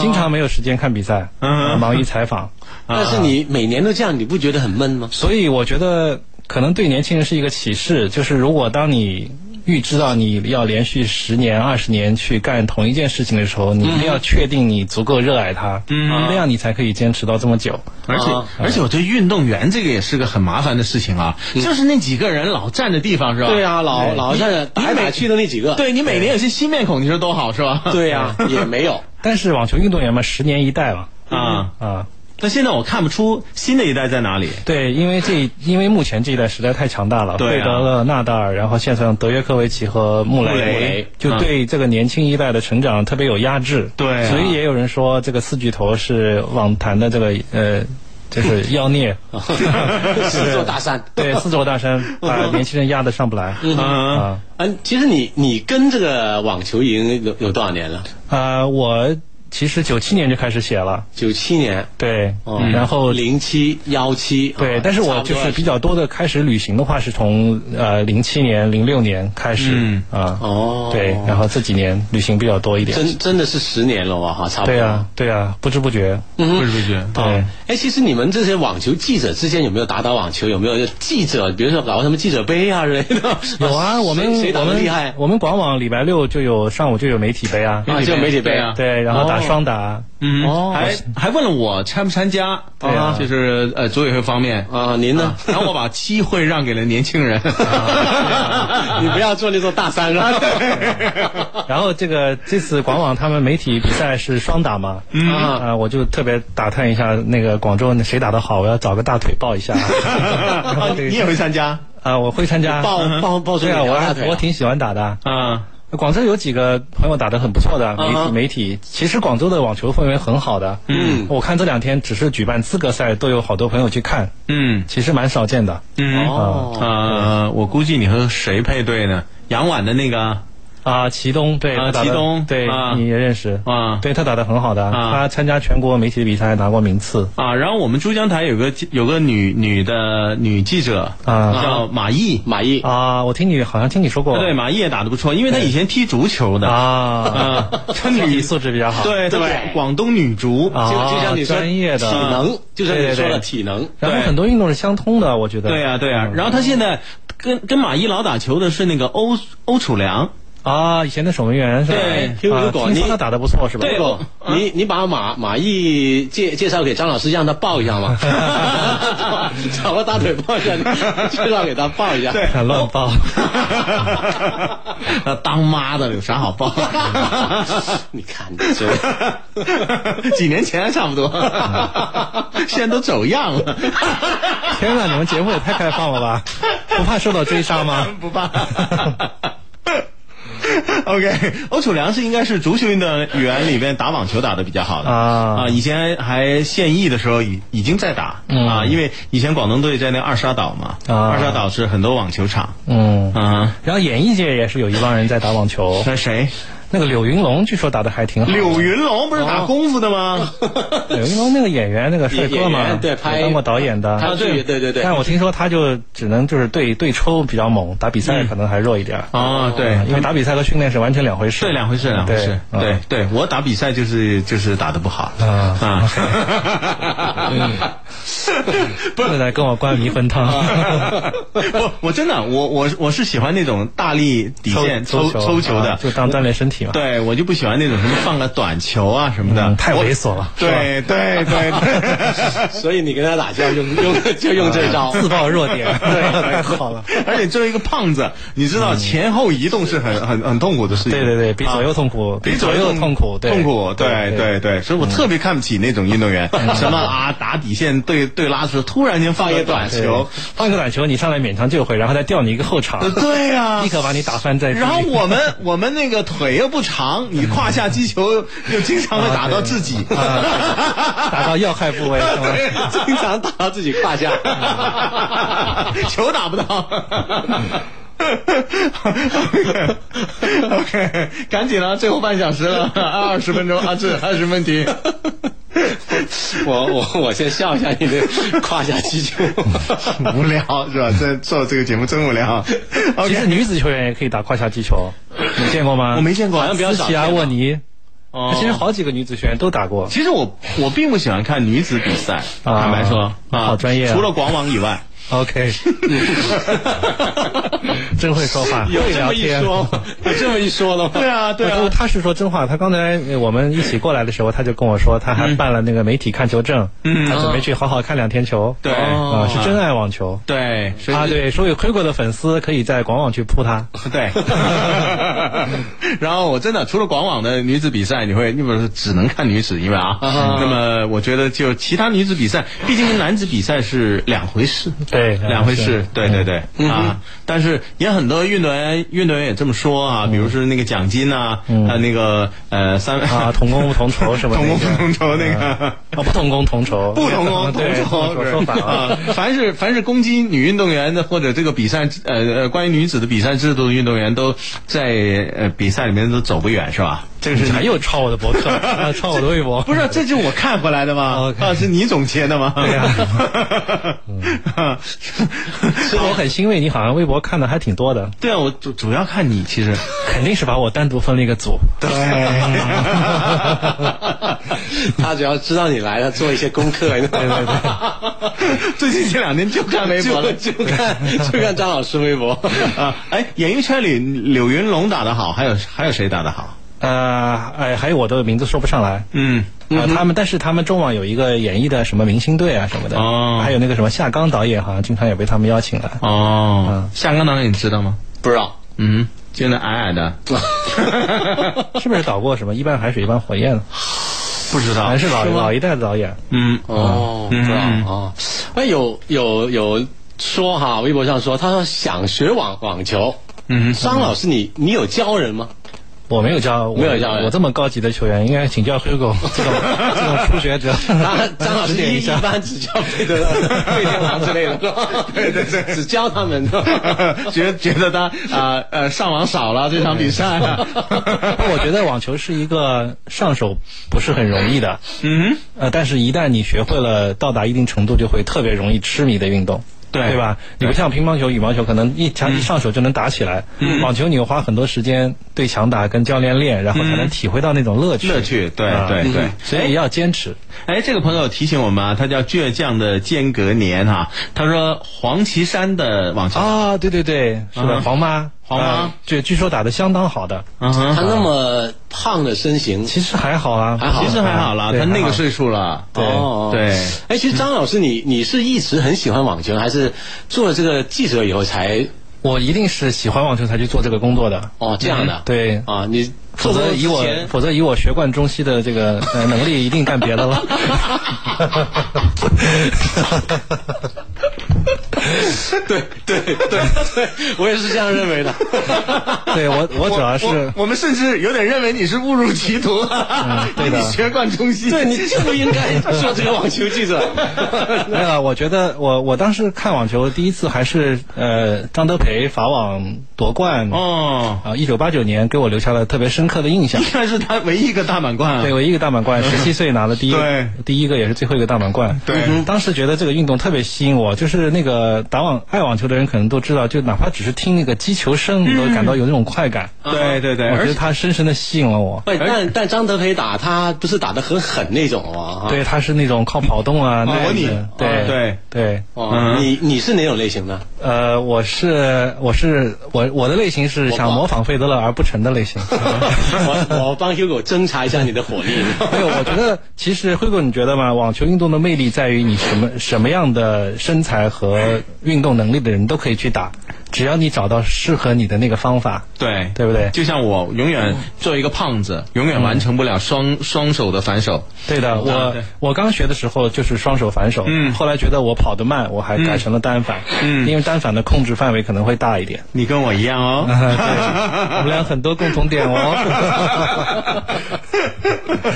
Speaker 4: 经常没有时间看比赛，
Speaker 1: 嗯
Speaker 4: 啊忙于采访。
Speaker 3: 啊但是你每年都这样，你不觉得很闷吗？
Speaker 4: 所以我觉得可能对年轻人是一个启示，就是如果当你预知到你要连续十年、二十年去干同一件事情的时候，你一定要确定你足够热爱它，那样你才可以坚持到这么久。
Speaker 1: 而且、
Speaker 3: 啊
Speaker 1: 而且，我觉得运动员这个也是个很麻烦的事情啊，就是那几个人老站着地方是吧？
Speaker 3: 对 啊，老老是打来打去的那几个。 啊
Speaker 1: 对你每年有些新面孔，你说多好是吧？
Speaker 4: 啊
Speaker 3: 对呀，也没有。
Speaker 4: 但是网球运动员嘛，十年一代嘛，
Speaker 1: 啊，
Speaker 4: 啊，
Speaker 1: 但现在我看不出新的一代在哪里。
Speaker 4: 对，因为这因为目前这一代实在太强大了，
Speaker 1: 对啊
Speaker 4: 费德勒、纳达尔，然后现上德约科维奇和穆雷，
Speaker 1: 穆雷嗯
Speaker 4: 就对这个年轻一代的成长特别有压制。
Speaker 1: 对啊
Speaker 4: 所以也有人说这个四巨头是网坛的这个呃，就是 妖孽，
Speaker 3: 四座大山。
Speaker 4: 对，四座大山把年轻人压得上不来。
Speaker 1: 嗯，
Speaker 4: 啊
Speaker 3: 嗯，其实你你跟这个网球营有有多少年了？
Speaker 4: 啊，我其实九七年就开始写了，
Speaker 3: 九七年，
Speaker 4: 对，
Speaker 3: 哦
Speaker 1: 嗯
Speaker 4: 嗯然后
Speaker 3: 零七幺七，
Speaker 4: 对，
Speaker 3: 啊
Speaker 4: 但是我就是比较多的开始旅行的话，是从呃零七年、零六年开始
Speaker 1: 嗯
Speaker 4: 啊、
Speaker 3: 哦
Speaker 4: 对，然后这几年旅行比较多一点。
Speaker 3: 真真的是十年了哇，哈，差不多。
Speaker 4: 对啊，对啊，不知不觉，
Speaker 3: 嗯
Speaker 1: 不知不觉。
Speaker 4: 对，
Speaker 3: 哎，其实你们这些网球记者之间有没有打打网球？有没有记者，比如说搞什么记者杯啊之类的？
Speaker 4: 有啊，我们
Speaker 3: 谁谁打
Speaker 4: 我
Speaker 3: 的
Speaker 4: 们
Speaker 3: 厉害？
Speaker 4: 我们广网礼拜六就有上午就有媒体杯啊，
Speaker 3: 啊，就媒体杯啊，
Speaker 4: 对，然后打双打，
Speaker 1: 嗯，
Speaker 3: 哦
Speaker 1: 还还问了我参不参加，
Speaker 4: 对啊
Speaker 1: 就是呃组委会方面。
Speaker 3: 啊，您呢？
Speaker 1: 然后我把机会让给了年轻人，
Speaker 4: 啊
Speaker 3: 啊 你不要做那座大山啊了。
Speaker 4: 然后这个这次广网他们媒体比赛是双打嘛，嗯啊、我就特别打探一下那个广州谁打得好，我要找个大腿抱一下。然后这个
Speaker 1: 你也会参加
Speaker 4: 啊，我会参加，
Speaker 3: 抱抱抱住
Speaker 4: 对啊，
Speaker 3: 你
Speaker 4: 我
Speaker 3: 的大
Speaker 4: 还
Speaker 3: 腿啊
Speaker 4: 我挺喜欢打的。
Speaker 1: 啊？
Speaker 4: 广州有几个朋友打得很不错的媒
Speaker 3: 啊
Speaker 4: 体，媒体其实广州的网球氛围很好的。
Speaker 3: 嗯
Speaker 4: 我看这两天只是举办资格赛，都有好多朋友去看，
Speaker 1: 嗯
Speaker 4: 其实蛮少见的。
Speaker 1: 嗯
Speaker 3: 哦，
Speaker 1: 啊，我估计你和谁配对呢？杨婉的那个
Speaker 4: 啊，祁东对，
Speaker 1: 啊
Speaker 4: 他打得
Speaker 1: 祁东
Speaker 4: 对
Speaker 1: 啊
Speaker 4: 你也认识
Speaker 1: 啊
Speaker 4: 对他打得很好的，
Speaker 1: 啊
Speaker 4: 他参加全国媒体的比赛还拿过名次。
Speaker 1: 啊，然后我们珠江台有个有个女女的女记者
Speaker 4: 啊
Speaker 1: 叫马毅，
Speaker 3: 马毅，
Speaker 4: 啊，我听你好像听你说过，
Speaker 1: 对，马毅也打得不错，因为她以前踢足球的
Speaker 4: 哦啊，
Speaker 1: 啊，她
Speaker 4: 身体
Speaker 1: 女
Speaker 4: 素质比较好，
Speaker 1: 对她
Speaker 3: 对
Speaker 1: 广东女足
Speaker 4: 啊，
Speaker 3: 就像你说
Speaker 4: 专业
Speaker 3: 体
Speaker 4: 的，
Speaker 3: 能，就像你
Speaker 4: 对
Speaker 3: 说
Speaker 4: 对
Speaker 3: 的
Speaker 4: 对
Speaker 3: 体能。
Speaker 4: 然后
Speaker 1: 对
Speaker 4: 很多运动是相通的，我觉得。
Speaker 1: 对啊呀、对呀、
Speaker 4: 嗯
Speaker 1: 然后他现在跟跟马伊老打球的是那个欧欧楚 良，
Speaker 4: 啊，以前的守门员是吧？
Speaker 1: 对
Speaker 4: 啊
Speaker 3: 如果
Speaker 4: 听
Speaker 3: 你
Speaker 4: 说他打得不错是吧？
Speaker 1: 对
Speaker 3: 不，你你把马马毅介介绍给张老师，让他抱一下 嘛，找个大腿抱一下，介绍给他抱一下。
Speaker 1: 对
Speaker 4: 啊乱报。
Speaker 1: 那当妈的有啥好报？
Speaker 3: 你看，你这
Speaker 1: 几年前差不 多，现在都走样了，
Speaker 4: 天哪，你们节目也太开放了吧？不怕受到追杀吗？
Speaker 1: 不怕。OK，欧楚良是应该是足球运动员里边打网球打的比较好的
Speaker 4: 啊
Speaker 1: 以前还现役的时候已已经在打、
Speaker 4: 嗯
Speaker 1: 啊，因为以前广东队在那二沙岛嘛，
Speaker 4: 啊
Speaker 1: 二沙岛是很多网球场
Speaker 4: 嗯。
Speaker 1: 啊。
Speaker 4: 然后演艺界也是有一帮人在打网 球，
Speaker 1: 那谁？
Speaker 4: 那个柳云龙据说打得还挺好。
Speaker 1: 柳云龙不是打功夫的 吗？
Speaker 4: 柳云龙那个演员，那个帅哥
Speaker 3: 演
Speaker 4: 嘛，
Speaker 3: 员对拍
Speaker 4: 也当过导演的。
Speaker 3: 他对对对对，
Speaker 4: 但我听说他就只能就是对对抽比较猛，打比
Speaker 1: 嗯
Speaker 4: 赛可能还弱一点儿。
Speaker 1: 哦，对，
Speaker 4: 因为打比赛和训练是完全两回事。
Speaker 1: 对，两回事，两回事。
Speaker 4: 对
Speaker 1: 对对，我打比赛就是就是打的不好
Speaker 4: 啊
Speaker 1: 啊。
Speaker 4: 不能来跟我灌迷魂汤。
Speaker 1: 我我真的我我我是喜欢那种大力底线抽
Speaker 4: 球
Speaker 1: 抽球
Speaker 4: 啊
Speaker 1: 的，
Speaker 4: 就当锻炼身体嘛。
Speaker 1: 对我就不喜欢那种什么放个短球啊什么的，
Speaker 4: 嗯太
Speaker 1: 我
Speaker 4: 猥琐了
Speaker 1: 对对对对。
Speaker 3: 所以你跟他打架用用就用这招，
Speaker 4: 自曝 弱点，太好了。
Speaker 1: 而且作为一个胖子，你知道前后移动是很很很痛苦的事情。
Speaker 4: 嗯对对对，比左右痛苦，
Speaker 1: 比左
Speaker 4: 左
Speaker 1: 右
Speaker 4: 右痛苦，对
Speaker 1: 痛苦，对
Speaker 4: 对。
Speaker 1: 对对，所以我特别看不起那种运动员，什么啊打底线对对拉的时候，突然间放一个短
Speaker 4: 对
Speaker 1: 球，
Speaker 4: 放一个短球，你上来勉强救回，然后再吊你一个后场，
Speaker 1: 对呀
Speaker 4: 立。刻把你打翻在地。
Speaker 1: 然后我们 我们那个腿又不长，你胯下击球又经常会打到自己，啊
Speaker 4: 啊 打到要害部位是吗？
Speaker 3: 经常打到自己胯下。
Speaker 1: 球打不到。OK OK，赶紧了，最后半小时了，二十分钟啊，这二十分题。
Speaker 3: 我我我先笑一下你的胯下 击球。
Speaker 1: 无聊是吧？这做这个节目真无聊。
Speaker 4: 其实
Speaker 1: OK，
Speaker 4: 女子球员也可以打胯下击球，你见过吗？
Speaker 1: 我没见过
Speaker 4: 好像比较少见斯奇亚沃尼，
Speaker 1: 哦
Speaker 4: 她其实好几个女子球员都打过。
Speaker 1: 其实我我并不喜欢看女子比赛，
Speaker 4: 啊
Speaker 1: 坦白说
Speaker 4: 好专业啊
Speaker 1: 除了广网以外，
Speaker 4: OK，真会说话，
Speaker 3: 有
Speaker 4: 会
Speaker 3: 这
Speaker 4: 聊
Speaker 3: 么一
Speaker 4: 天。
Speaker 3: 说吗， 有这么一说了吗？
Speaker 1: 对啊，对
Speaker 4: 我
Speaker 1: 啊，
Speaker 4: 他是说真话，他刚才呃我们一起过来的时候，他就跟我说，他还办了那个媒体看球证，他准备去好好看两天球。
Speaker 1: 嗯哦对
Speaker 4: 啊，是真爱网球。
Speaker 1: 对，所以
Speaker 4: 啊，对，所有亏过的粉丝可以在广网去 扑他。
Speaker 1: 对，然后我真的除了广网的女子比赛，你会你不是只能看女子，因为啊，那么我觉得就其他女子比赛，毕竟跟男子比赛是两回事，
Speaker 4: 对
Speaker 1: 两回事，对对对、啊。但是也很多运动员运动员也这么说啊，比如说那个奖金啊，呃那个呃三
Speaker 4: 啊，同工不同酬是吧？
Speaker 1: 同工不
Speaker 4: 那个
Speaker 1: 同酬那个。
Speaker 4: 哦，不同工同酬，啊
Speaker 1: 不同工同
Speaker 4: 对
Speaker 1: 酬
Speaker 4: 同说法啊。
Speaker 1: 啊，凡是凡是攻击女运动员的或者这个比赛呃呃关于女子的比赛制度的运动员都在呃比赛里面都走不远是吧？这个是
Speaker 4: 还又抄我的博客，啊抄我的 微博，
Speaker 1: 不是，这就是我看回来的吗？
Speaker 4: OK
Speaker 1: 啊，是你总结的吗？对呀，
Speaker 4: 所以我很欣慰，你好像微博看的还挺多的，
Speaker 1: 对啊，我主主要看你其实。
Speaker 4: 肯定是把我单独分了一个组。
Speaker 3: 他只要知道你来了，做一些功课，对对
Speaker 1: 最近这两年就看微博了，
Speaker 3: 就就看就看张老师微博。
Speaker 1: 啊！哎，演艺圈里柳云龙打得好，还有还有谁打得好？
Speaker 4: 呃，哎，还有我的名字说不上来。
Speaker 1: 嗯，
Speaker 4: 啊，他们但是他们中网有一个演艺的什么明星队啊什么的，
Speaker 1: 哦
Speaker 4: 还有那个什么夏刚导演好像经常也被他们邀请来。
Speaker 1: 哦，夏刚导演你知道吗？
Speaker 3: 不知道，
Speaker 1: 嗯，就那矮矮的，
Speaker 4: 是不是导过什么《一半海水一半火焰》？
Speaker 1: 不知
Speaker 4: 好
Speaker 1: 道
Speaker 4: 像是老老一代的导演，
Speaker 1: 嗯，
Speaker 3: 哦，不
Speaker 1: 嗯
Speaker 3: 知道
Speaker 1: 嗯
Speaker 3: 哦。哎，有有有说哈，微博上说，他说想学网网球。
Speaker 1: 嗯
Speaker 3: 张老师，你你有教人吗？
Speaker 4: 我没有教，我
Speaker 3: 没有教
Speaker 4: 我这么高级的球员，应该请教 Hugo 这种这种初学者。
Speaker 3: 张张老
Speaker 4: 指
Speaker 3: 师
Speaker 4: 点
Speaker 3: 一
Speaker 4: 一
Speaker 3: 一
Speaker 4: 下
Speaker 3: 般只教贝德勒、贝天王之类的， 对对对，只教他们的。
Speaker 1: 觉觉得他啊呃上网少了这场比赛 啊，
Speaker 4: 我觉得网球是一个上手不是很容易的，
Speaker 1: 嗯，
Speaker 4: 呃，但是一旦你学会了，到达一定程度就会特别容易痴迷的运动。
Speaker 1: 对嗯
Speaker 4: 对吧？你不像乒乓球、羽毛球，可能一强一上手就能打起来。网球你要花很多时间对强打，跟教练练，然后才能体会到那种乐趣。
Speaker 1: 嗯乐趣，对
Speaker 4: 啊
Speaker 1: 对对。
Speaker 4: 所以要坚持。
Speaker 1: 哎，这个朋友提醒我们啊，他叫倔强的间隔年哈、他说黄绮珊的网球，
Speaker 4: 啊，对对对，是的，
Speaker 1: 嗯
Speaker 4: 黄妈，
Speaker 1: 黄妈
Speaker 4: 啊据据说打得相当好的，
Speaker 1: 嗯哼
Speaker 3: 他那么胖的身形，
Speaker 4: 其实还好啊，
Speaker 3: 还好
Speaker 1: 其实还好啦，
Speaker 4: 对
Speaker 1: 他那
Speaker 4: 还
Speaker 1: 个
Speaker 4: 好
Speaker 1: 岁数了，
Speaker 4: 对
Speaker 3: 哦
Speaker 1: 对
Speaker 3: 哎，其实张老师，你你是一直很喜欢网球，还是做了这个记者以后才
Speaker 4: 我一定是喜欢网球才去做这个工作的。
Speaker 3: 哦这样的？
Speaker 4: 嗯对，
Speaker 3: 啊，你
Speaker 4: 否则以我
Speaker 3: 做之前
Speaker 4: 否则以我学贯中西的这个呃能力，一定干别 的了。
Speaker 3: 我也是这样认 为的。
Speaker 4: 对我，我主要是
Speaker 1: 我我们甚至有点认为你是误入歧途，
Speaker 4: 对的
Speaker 1: 你学贯中西，
Speaker 3: 对，你就不应该做这个网球记者。
Speaker 4: 没有，啊我觉得我我当时看网球第一次还是呃张德培法网夺冠
Speaker 1: 哦，
Speaker 4: 啊，一九八九年给我留下了特别深刻的 印象
Speaker 1: 应。该是他唯一一个大满贯啊
Speaker 4: 对，，我一个大满贯，十七岁拿了第 一
Speaker 1: 对，
Speaker 4: 第一个也是最后一个大满贯。
Speaker 1: 对
Speaker 4: 嗯当时觉得这个运动特别吸引我，就是那个打网爱网球的人可能都知道，就哪怕只是听那个击球声，你都
Speaker 1: 嗯
Speaker 4: 感到有那种快感。
Speaker 1: 对对对，
Speaker 4: 我
Speaker 1: 而
Speaker 4: 觉
Speaker 1: 且
Speaker 4: 得它深深的吸引了我。
Speaker 3: 喂，但但张德培打他不是打得很狠那种哦。啊
Speaker 4: 对，它是那种靠跑动啊，那
Speaker 1: 哦模
Speaker 4: 样
Speaker 1: 拟
Speaker 4: 子，对
Speaker 1: 对
Speaker 4: 对，
Speaker 3: 哦，你你是哪种类型的？
Speaker 4: 呃，我是我是我我的类型是想模仿费德勒而不成的 类型。
Speaker 3: 我 我帮 Hugo 侦查一下你的火力。
Speaker 4: 没有， 我觉得其实辉哥，你觉得吗？网球运动的魅力在于你什么什么样的身材和运动能力的人都可以去打，只要你找到适合你的那个方法，
Speaker 1: 对嗯
Speaker 4: 对不对？
Speaker 1: 就像我永远做一个胖子，永远完成不了双双手的反手。
Speaker 4: 对的，我
Speaker 1: 对
Speaker 4: 我刚学的时候就是双手反手，
Speaker 1: 嗯
Speaker 4: 后来觉得我跑得慢，我还改成了单反，
Speaker 1: 嗯
Speaker 4: 因为单反的控制范围可能会大一点。
Speaker 1: 你跟我一样哦。
Speaker 4: 啊对，我们俩很多共同点哦。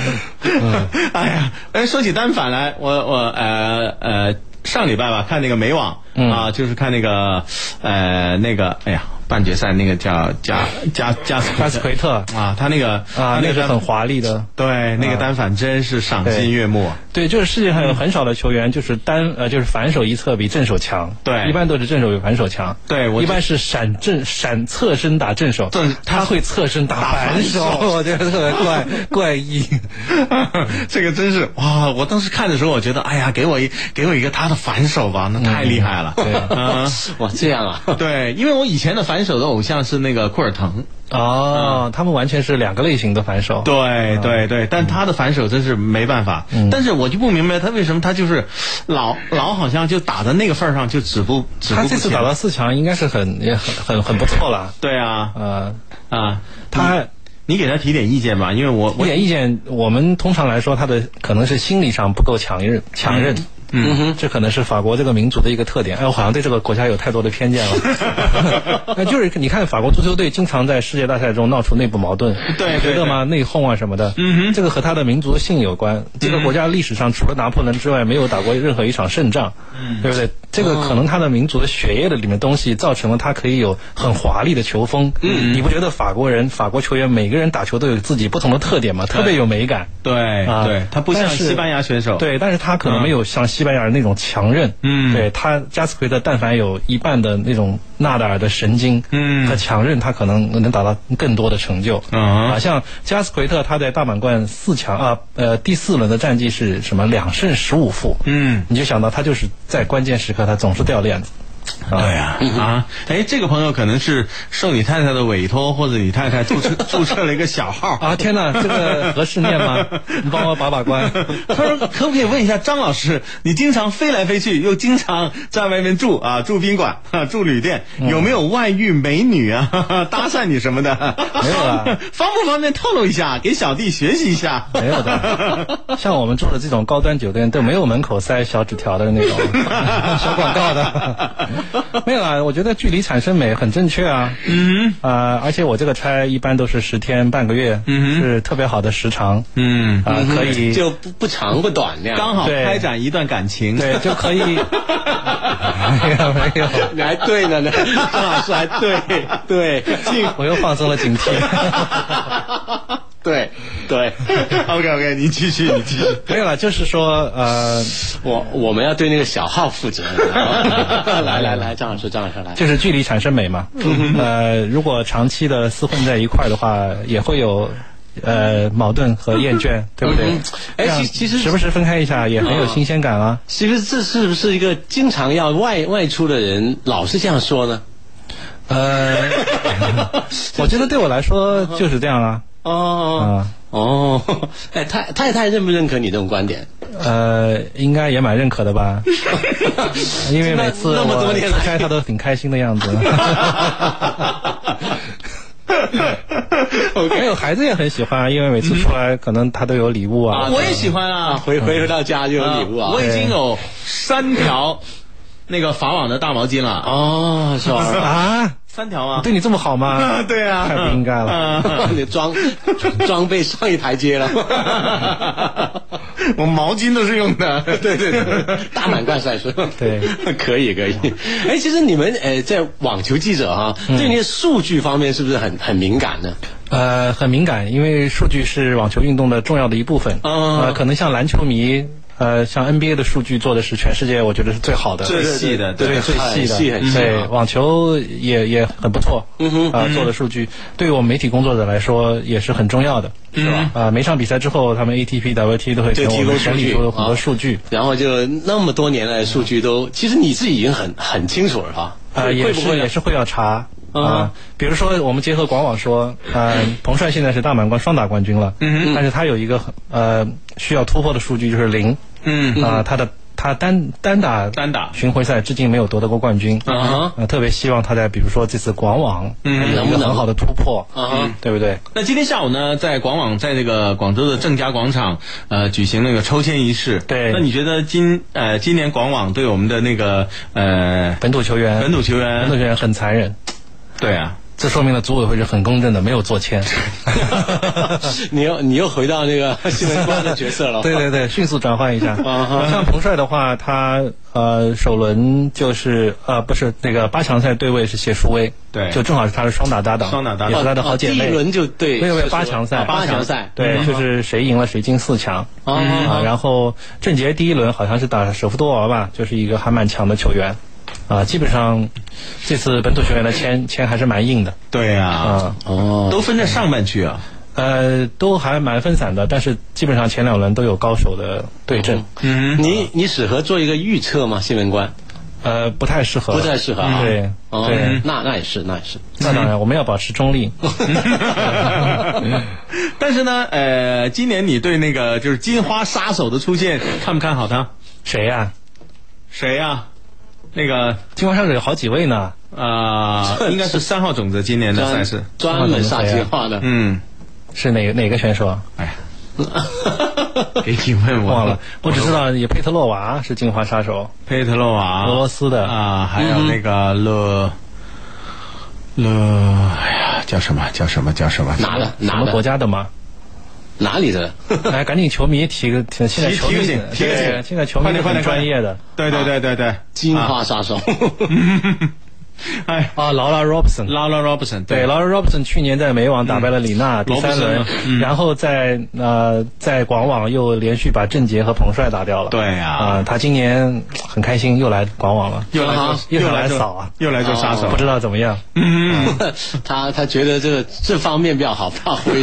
Speaker 1: 哎呀，哎，说起单反来，我我呃呃，上礼拜吧看那个美网、
Speaker 4: 嗯
Speaker 1: 啊，就是看那个呃那个，哎呀，半决赛那个叫加加加斯
Speaker 4: 巴斯奎特
Speaker 1: 啊，他那个啊
Speaker 4: 啊
Speaker 1: 他，
Speaker 4: 那个是
Speaker 1: 单
Speaker 4: 很华丽的。
Speaker 1: 对，那个单反真是赏心悦目。啊
Speaker 4: 对，就是世界上有很少的球员，就是单呃，就是反手一侧比正手强。
Speaker 1: 对
Speaker 4: 一般都是正手比反手强。
Speaker 1: 对我
Speaker 4: 一般是闪正闪侧身打正手，
Speaker 1: 正
Speaker 4: 他会侧身打反手， 我觉得特别怪怪异。
Speaker 1: 这个真是哇！我当时看的时候，我觉得，哎呀，给我一给我一个他的反手吧，那太厉害了。 嗯
Speaker 3: 哇，这样啊，
Speaker 1: 对，因为我以前的反手的偶像是那个库尔滕，
Speaker 4: 哦，他们完全是两个类型的反手。
Speaker 1: 对对
Speaker 4: 嗯
Speaker 1: 对，但他的反手真是没办法。但是我就不明白他为什么他就是老老好像就打在那个份儿上就止步止步
Speaker 4: 他
Speaker 1: 不
Speaker 4: 这次
Speaker 1: 前
Speaker 4: 打到四强应该是很也很很很不错了。
Speaker 1: 对啊
Speaker 4: 呃，
Speaker 1: 啊，
Speaker 4: 他
Speaker 1: 你给他提点意见吧，因为我
Speaker 4: 一
Speaker 1: 我
Speaker 4: 点意见，我们通常来说，他的可能是心理上不够强韧，强韧。嗯哼，这可能是法国这个民族的一个特点。哎，我好像对这个国家有太多的偏见 了。那就是你看，法国足球队经常在世界大赛中闹出内部矛盾，
Speaker 1: 对
Speaker 4: 你觉
Speaker 1: 对
Speaker 4: 得吗？内讧啊什么的。嗯哼，这个和他的民族性有关。这个国家历史上除了拿破仑之外，没有打过任何一场胜仗，对不对？这个可能他的民族的血液的里面东西，造成了他可以有很华丽的球风。嗯，你不觉得法国人、法国球员每个人打球都有自己不同的特点吗？特别有美感。
Speaker 1: 对
Speaker 4: 啊
Speaker 1: 对，他不像
Speaker 4: 但是
Speaker 1: 西班牙选手，
Speaker 4: 对，但是他可能没有像西班牙人那种强韧。
Speaker 1: 嗯
Speaker 4: 对他加斯奎特，但凡有一半的那种纳达尔的神经，
Speaker 1: 嗯
Speaker 4: 和强韧，他可能能达到更多的成就。
Speaker 1: 嗯
Speaker 4: 啊，像加斯奎特，他在大满贯四强啊，呃，第四轮的战绩是什么？两胜十五负。
Speaker 1: 嗯，
Speaker 4: 你就想到他就是在关键时刻，他总是掉链子。啊
Speaker 1: 对呀、啊，哎，这个朋友可能是受你太太的委托，或者你太太 注册注册了一个小号。
Speaker 4: 啊天哪，这个 合适念 吗？你帮我把把关。
Speaker 1: 他说：“可不可以问一下张老师，你经常飞来飞去，又经常在外面住啊，住宾馆啊，住旅店，
Speaker 4: 嗯
Speaker 1: 有没有外遇美女啊， 哈哈搭讪你什么的？
Speaker 4: 没有啊，
Speaker 1: 方不方便透露一下，给小弟学习一下？
Speaker 4: 没有 的，像我们住的这种高端酒店都没有门口塞小纸条的那 种小广告的，没有啊。我觉得距离产生美很正确啊。嗯，啊，而且我这个差一般都是十天半个月，嗯，是特别好的时长，
Speaker 1: 嗯，
Speaker 4: 啊，可以
Speaker 3: 就不不长不短那样。
Speaker 1: 刚好
Speaker 4: 对
Speaker 1: 开展一段感情。
Speaker 4: 对就可以，没有没有，
Speaker 3: 你还 对呢呢，张老师还对对
Speaker 4: 我又放松了 警惕。
Speaker 3: 对对，
Speaker 1: ，OK OK，你继续，你继续。
Speaker 4: 没有了，就是说，呃，
Speaker 3: 我我们要对那个小号负责。 来来来，张老师，张老师来。
Speaker 4: 就是距离产生美嘛。
Speaker 3: 嗯
Speaker 4: 呃，如果长期的厮混在一块儿的话，也会有呃矛盾和厌倦，对不对
Speaker 3: 嗯？
Speaker 4: 这
Speaker 3: 哎
Speaker 4: 样
Speaker 3: 其其实
Speaker 4: 时不时分开一下也很有新鲜感啊。
Speaker 3: 其实这是不是一个经常要外外出的人老是这样说呢？
Speaker 4: 呃，我觉得对我来说就是这样啊。
Speaker 3: 哦
Speaker 4: 啊、
Speaker 3: 哦， 哎，太太太认不认可你这种观点？
Speaker 4: 呃，应该也蛮认可的吧，因为每次
Speaker 3: 那那么多
Speaker 4: 我
Speaker 3: 年
Speaker 4: 出
Speaker 3: 来
Speaker 4: 差他都挺开心的样 子。
Speaker 3: 啊
Speaker 4: 没有孩子也很喜欢啊，因为每次出
Speaker 3: 嗯
Speaker 4: 来可能他都有礼物啊。
Speaker 1: 我也喜欢啊，
Speaker 3: 回
Speaker 4: 嗯
Speaker 3: 回回到家就有礼物啊！
Speaker 1: 我已经有三条那个法网的大毛巾了啊，
Speaker 3: 哦，是吧？
Speaker 4: 啊，
Speaker 1: 三条啊，
Speaker 4: 对你这么好 吗？
Speaker 1: 对啊，
Speaker 4: 太不应该了。
Speaker 3: 你装装备上一台阶了，
Speaker 1: 我毛巾都是用的，对对对，
Speaker 3: 大满贯赛事。
Speaker 4: 对，
Speaker 3: 可以可以。哎，其实你们呃，在网球记者哈、
Speaker 4: 嗯
Speaker 3: 对那些数据方面是不是很很敏感呢？
Speaker 4: 呃，很敏感，因为数据是网球运动的重要的一部分。
Speaker 3: 嗯
Speaker 4: 呃，可能像篮球迷，呃，像 NBA 的数据做的是全世界我觉得是最好的。
Speaker 1: 最细的，
Speaker 4: 对
Speaker 1: 对嗯
Speaker 4: 最细的，
Speaker 3: 很细很细
Speaker 4: 对
Speaker 3: 啊
Speaker 4: 网球也也很不错，嗯哼，啊、做的数据对于我们媒体工作者来说也是很重要的，是吧？啊、每场比赛之后，他们 ATP、WT 都会给
Speaker 3: 就
Speaker 4: 我
Speaker 3: 嗯提供
Speaker 4: 们
Speaker 3: 数
Speaker 4: 整
Speaker 3: 据
Speaker 4: 理出了很
Speaker 3: 啊
Speaker 4: 多数据，
Speaker 3: 然后就那么多年来的数据都，其实你自己已经很很清楚了哈。
Speaker 4: 啊、
Speaker 3: 会
Speaker 4: 也
Speaker 3: 会不
Speaker 4: 是
Speaker 3: 会
Speaker 4: 也是会要查。啊、比如说，我们结合广网说，啊、彭帅现在是大满贯双打冠军了，嗯但是他有一个很呃需要突破的数据就是零，
Speaker 1: 嗯
Speaker 4: 啊、他的他单单打
Speaker 1: 单打
Speaker 4: 巡回赛至今没有夺得过冠军，
Speaker 3: 啊哈
Speaker 4: 呃特别希望他在比如说这次广网，嗯有一
Speaker 3: 能不
Speaker 4: 个
Speaker 3: 能
Speaker 4: 很好的突破，
Speaker 3: 啊哈
Speaker 4: 对不对？
Speaker 1: 那今天下午呢，在广网，在这个广州的正佳广场，呃，举行那个抽签仪式。
Speaker 4: 对
Speaker 1: 那你觉得今呃今年广网对我们的那个呃
Speaker 4: 本土球员，
Speaker 1: 本土球员
Speaker 4: 本土球员很残忍，
Speaker 1: 对啊，
Speaker 4: 这说明了组委会是很公正的，没有做 签。
Speaker 3: 你又你又回到那个 新闻官的角色 了。
Speaker 4: 对对对，迅速转换一下。
Speaker 1: 啊
Speaker 3: 哈
Speaker 4: 像彭帅的话，他呃首轮就是呃不是那个八强赛对位是谢淑薇，
Speaker 1: 对啊
Speaker 4: 就正好是他的双打搭档，
Speaker 1: 双打搭档
Speaker 4: 也是他的好姐
Speaker 3: 哦
Speaker 4: 妹。
Speaker 3: 第一轮就对
Speaker 4: 没有没有
Speaker 3: 是
Speaker 4: 八强赛，
Speaker 3: 啊八强赛
Speaker 4: 对，就是谁赢了谁进四强。
Speaker 3: 哦
Speaker 4: 啊，然后郑洁第一轮好像是打舍夫多娃吧，就是一个还蛮强的球员。啊，基本上这次本土球员的签签还是蛮硬的
Speaker 1: 对呀、
Speaker 4: 啊，
Speaker 3: 哦，
Speaker 1: 都分在上半区啊。
Speaker 4: 呃，都还蛮分散的，但是基本上前两轮都有高手的对阵。
Speaker 1: 嗯，
Speaker 3: 你你适合做一个预测吗？新闻官
Speaker 4: 呃，不太适合，嗯
Speaker 3: 不太适合啊。
Speaker 4: 对
Speaker 3: 哦
Speaker 4: 对，
Speaker 3: 那那也是，那也是。
Speaker 4: 那当然，我们要保持中立。
Speaker 1: 但是呢，呃，今年你对那个就是金花杀手的出现看不看好他？
Speaker 4: 谁呀？
Speaker 1: 谁呀、那个
Speaker 4: 金花上手有好几位呢。
Speaker 1: 啊、呃应该是三号种子今年的赛事。
Speaker 3: 专门杀金花的，
Speaker 1: 嗯，哎
Speaker 4: 是哪哪个选手啊？嗯
Speaker 1: 别提问
Speaker 4: 忘了，我只知道也佩特洛娃是金花杀手，
Speaker 1: 佩特洛娃，
Speaker 4: 俄罗斯的
Speaker 1: 啊，还有那个勒勒，哎呀，叫什么叫什么叫什么？
Speaker 3: 哪的
Speaker 4: 什
Speaker 3: 哪
Speaker 4: 么国
Speaker 3: 的
Speaker 4: 家的嘛？
Speaker 3: 哪里的？
Speaker 4: 哎，赶紧球迷提个提，现在
Speaker 1: 提
Speaker 4: 球迷
Speaker 1: 提醒提
Speaker 4: 对
Speaker 1: 醒
Speaker 4: 现在球迷
Speaker 1: 快点快
Speaker 4: 很
Speaker 1: 点快
Speaker 4: 专
Speaker 1: 点
Speaker 4: 业的
Speaker 1: 对对对对对，
Speaker 3: 金花杀手。
Speaker 1: 哎
Speaker 4: 啊，劳拉 Robson。
Speaker 1: ，Lara Robinson，
Speaker 4: 对，劳拉 Robson 去年在美网打败了李娜，第三
Speaker 1: 罗
Speaker 4: 轮
Speaker 1: 布森嘛，嗯
Speaker 4: 然后在呃在广网又连续把郑洁和彭帅打掉了。
Speaker 1: 对呀
Speaker 4: 啊，他今年很开心，又来广网了。
Speaker 1: 又来做
Speaker 4: 又
Speaker 1: 又
Speaker 4: 想
Speaker 1: 来
Speaker 4: 来
Speaker 1: 做
Speaker 4: 扫啊
Speaker 1: 又来做杀手
Speaker 4: 不，知道怎么样。啊
Speaker 3: 他他觉得这个这方面比较好发挥。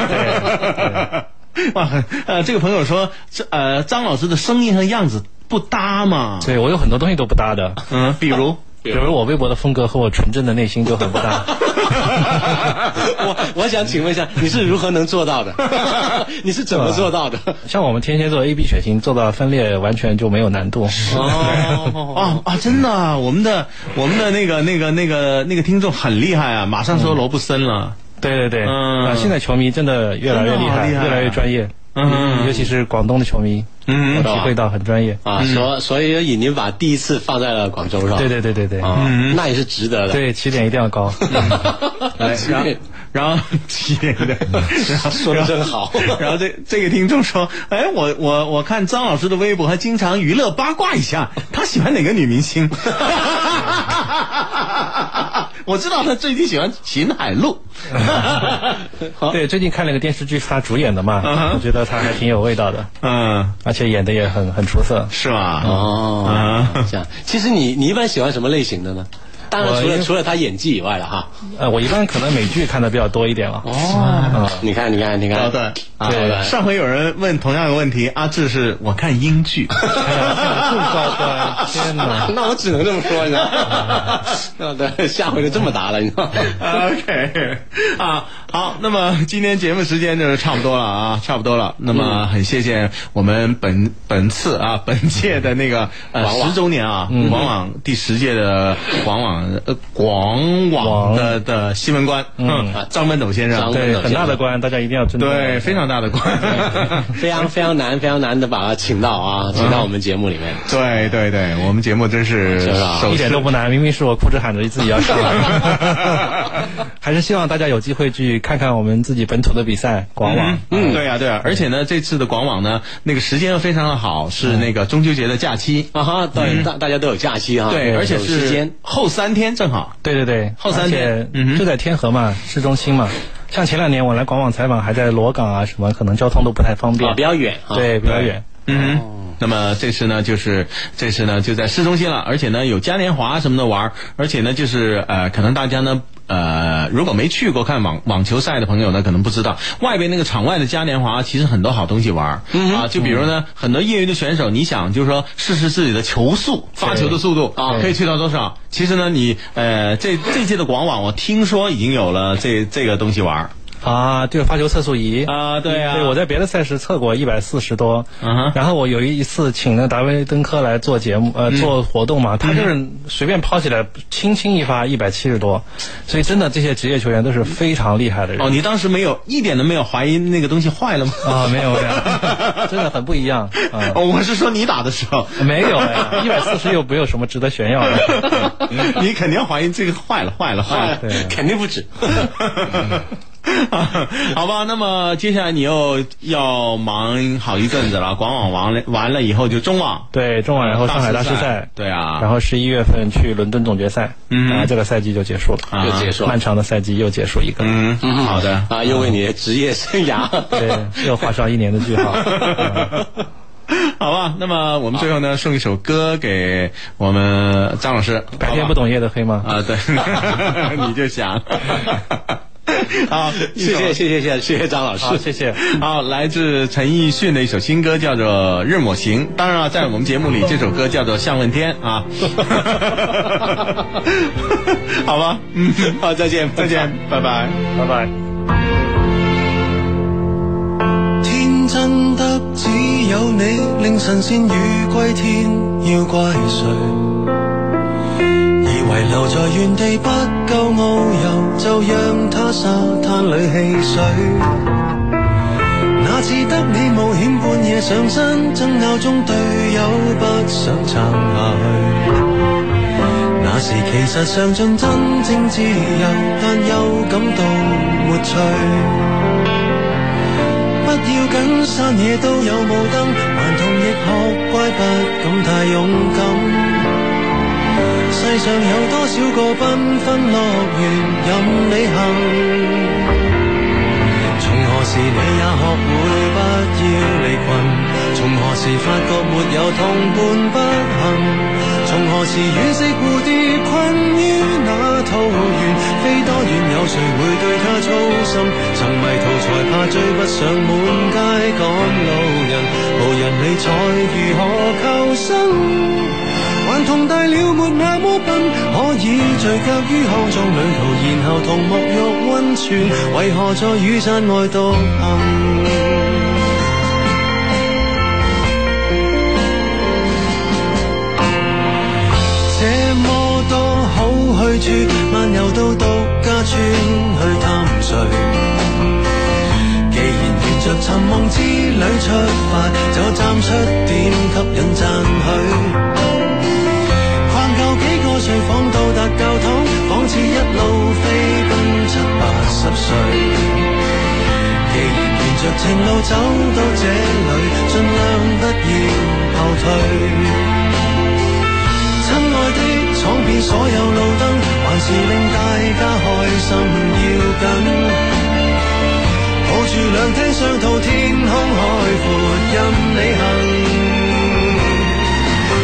Speaker 1: 哇，很呃，这个朋友说，这呃，张老师的声音和样子不搭嘛？
Speaker 4: 对我有很多东西都不搭的，
Speaker 1: 嗯，比如，
Speaker 4: 比如我微博的风格和我纯正的内心就很不 搭。
Speaker 3: 我我想请问一下，你是如何能做到的？ 你是怎么做到的？
Speaker 4: 像我们天蝎座 A B 血型做到分裂完全就没有难度。
Speaker 3: 哦，
Speaker 1: 啊啊，真的啊，我们的我们的那个那个那个那个听众很厉害啊，马上说罗布森了，
Speaker 4: 对对对，
Speaker 1: 嗯
Speaker 4: 啊，现在球迷真的越来越厉害，
Speaker 1: 真的好厉害啊
Speaker 4: 越来越专业。
Speaker 1: 嗯
Speaker 4: 尤其是广东的球迷，
Speaker 1: 嗯
Speaker 4: 我体会到很专业。
Speaker 3: 啊，所所以以您把第一次放在了广州是吧？
Speaker 4: 嗯对对对对对，
Speaker 3: 啊，那也是值得 的。
Speaker 4: 对起点一定要高。
Speaker 1: 来，哎然后然后起点的，然后
Speaker 3: 说的真好。
Speaker 1: 然后 这这个听众说，哎，我我我看张老师的微博，还经常娱乐八卦一下，他喜欢哪个女明星？ 我知道他最近喜欢秦海璐。啊
Speaker 4: 对，最近看了个电视剧，是他主演的嘛，我觉得他还挺有味道的，
Speaker 1: 嗯，
Speaker 4: 而且演的也很很出色。
Speaker 1: 是吧？
Speaker 3: 哦
Speaker 1: 啊，
Speaker 3: 这样。其实你你一般喜欢什么类型的呢？当然，
Speaker 4: 嗯
Speaker 3: 除
Speaker 4: 我
Speaker 3: 了
Speaker 4: 一
Speaker 3: 除了他演技以外了哈。
Speaker 4: 呃，我一般可能美剧看的比较多一点了。
Speaker 3: 哦，你看，你看，你
Speaker 1: 高
Speaker 3: 看，
Speaker 1: 段，
Speaker 3: 啊高段
Speaker 1: 哎上回有人问同样的问题，阿志是我看英剧，
Speaker 4: 不高端，天哪！
Speaker 3: 那我只能这么说，你知道吗？ 那对，下回就这么答了，你知道吗？
Speaker 1: OK，啊，好，那么今天节目时间就是差不多了啊，差不多了。那么很谢谢我们本本次啊本届的那个呃
Speaker 3: 网网
Speaker 1: 十周年啊，广网第十届的广网呃广网
Speaker 4: 广
Speaker 1: 的的新闻官，嗯，张本斗先生，
Speaker 3: 张
Speaker 1: 对
Speaker 4: 对，很大的关，大家一定要尊重。
Speaker 1: 对，非常大的官。
Speaker 3: 非常非常难，非常难的把他请到啊，请到我们节目里面。
Speaker 1: 对对对，我们节目真是
Speaker 3: 是啊
Speaker 1: 手
Speaker 4: 一点
Speaker 1: 撕
Speaker 4: 都不难，明明是我哭着喊着自己要上来，还是希望大家有机会去看看我们自己本土的比赛，广网。
Speaker 1: 嗯，对呀、对呀、而且呢，这次的广网呢，那个时间非常的好，是那个中秋节的假期，
Speaker 3: 啊哈，对，大大家都有假期哈，
Speaker 1: 对，而且
Speaker 3: 啊有时
Speaker 1: 是
Speaker 3: 间。
Speaker 1: 后三天正好。
Speaker 4: 对对对，
Speaker 1: 后三天
Speaker 4: 而且就在天河嘛，市中心嘛。像前两年我来广网采访，还在罗岗啊什么，可能交通都不太方便
Speaker 3: 啊，比。较远哦啊。
Speaker 4: 对，比较远。
Speaker 1: 嗯哼。那么这次呢，就是这次呢就在市中心了，而且呢有嘉年华什么的玩儿，而且呢就是呃，可能大家呢呃，如果没去过看网网球赛的朋友呢，可能不知道外边那个场外的嘉年华其实很多好东西玩儿、
Speaker 3: 嗯
Speaker 1: 啊，就比如呢很多业余的选手，你想就是说试试自己的球速发球的速度啊，可以去到多少？其实呢你呃这这届的广网我听说已经有了这这个东西玩儿。
Speaker 4: 啊，对，发球测速仪
Speaker 1: 啊对啊
Speaker 4: 对，我在别的赛事测过一百四十多，
Speaker 1: 嗯哼
Speaker 4: 然后我有一次请那个达维登科来做节目，
Speaker 1: 嗯
Speaker 4: 呃，做活动嘛，他就是随便抛起来，轻轻一发
Speaker 1: 嗯
Speaker 4: 一百七十多，所以真的这些职业球员都是非常厉害的人。
Speaker 1: 哦，你当时没有一点都没有怀疑那个东西坏了吗？
Speaker 4: 啊，没有没有， 真的很不一样啊。
Speaker 1: 哦，我是说你打的时候，
Speaker 4: 没有哎，一百四十又没有什么值得炫耀的。
Speaker 1: 你肯定怀疑这个坏了，坏了，坏了。
Speaker 4: 对
Speaker 3: 肯定不止。
Speaker 1: 好吧，那么接下来你又要忙好一阵子了。广网完了完了以后就中网，
Speaker 4: 对，中网然后上海大师赛，
Speaker 1: 对啊，
Speaker 4: 然后十一月份去伦敦总决赛，
Speaker 1: 嗯
Speaker 4: 然后这个赛季就结束了，
Speaker 1: 啊
Speaker 3: 又结束了
Speaker 4: 漫长的赛季又结束一个，
Speaker 1: 嗯，好 的。
Speaker 3: 啊，又为你的职业生涯
Speaker 4: 对，又画上一年的句 号。嗯
Speaker 1: 好吧，那么我们最后呢，送一首歌给我们张老师。
Speaker 4: 白天不懂夜的黑吗？
Speaker 1: 啊，对，你就想。 好，一
Speaker 3: 谢
Speaker 1: 首
Speaker 3: 谢谢谢谢谢谢谢张老
Speaker 4: 好，
Speaker 3: 师，
Speaker 4: 谢谢。
Speaker 1: 好，来自陈奕迅的一首新歌，叫做《任我行》。当然了，啊在我们节目里，这首歌叫做《向问天》 啊。好吧，嗯，好，再见，再见，拜拜。
Speaker 4: 拜拜。
Speaker 2: 天真得只有你，令神仙雨歸天，要怪誰？以為留在原地不夠遨遊，就讓它沙灘裏戲水。那次得你冒險半夜上山，爭拗中隊友不想撐下去。那時其實嘗盡真正自由，但又感到沒趣。不要緊，山野都有霧燈，頑童亦學乖，不敢太勇敢。世上有多少個繽紛樂園，任你行。從何時你也學會不要離群？從何時發覺沒有同伴不行？從何時惋惜蝴蝶困於那桃源？飛多遠有誰會對它操心？曾迷途才怕追不上滿街趕路人，無人理睬如何求生？頑童大了沒那麼笨，可以聚腳於康莊旅途，然後同沐浴温泉，為何在雨傘外獨行？這麼多好去處，漫遊到獨家村去探誰？既然越着尋夢之旅出發，就站出點吸引讚許。逛夠幾個睡房到達教堂，仿似一路飛奔七八十歲。既然沿着情路走到這裏，盡量不要後退。親愛的，闖遍所有路燈，還是令大家開心要緊。抱住兩廳雙套，天空海闊，任你行。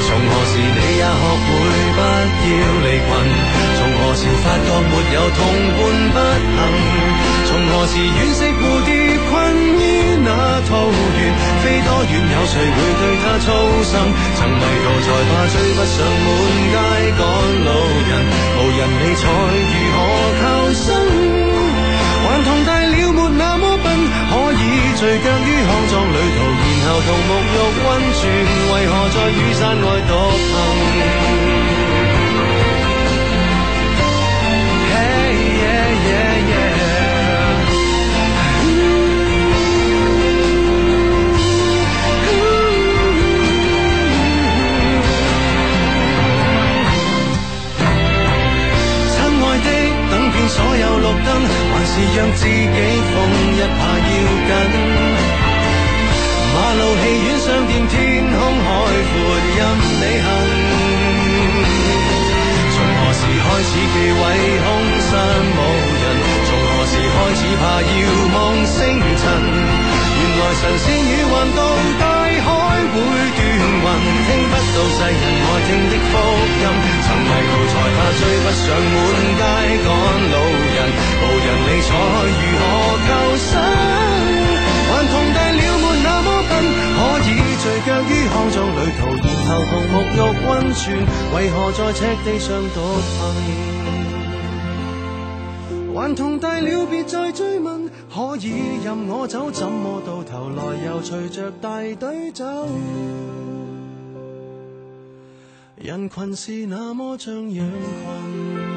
Speaker 2: 從何時你也學會不要離群？從何時發覺沒有同伴不行？從何時惋惜蝴蝶困於那桃源？飛多遠有誰會對它操心？曾迷途才怕追不上滿街趕路人，無人理睬如何求生？頑童大了沒那麼笨，可以聚腳於康莊旅途，然後同沐浴温泉，為何在雨傘外獨行？Hey, yeah, yeah, yeah. 親愛的，等遍所有綠燈，還是讓自己瘋一下要緊。馬路、戲院、商店、天空、海闊，任你行。從何時開始忌諱空山無人？從何時開始怕遙望星塵？原來神仙魚橫渡大海會斷雲，聽不到世人愛聽的福音。曾迷途才怕追不上滿街趕路人，無人理睬如何求生？頑童大了沒那麼笨，可以聚腳於康莊旅途，然後同沐浴温泉，為何在赤地上獨行？頑童大了，別再追問，可可以任我走，怎么到头来又隨着大隊走？人群是那麼像羊群。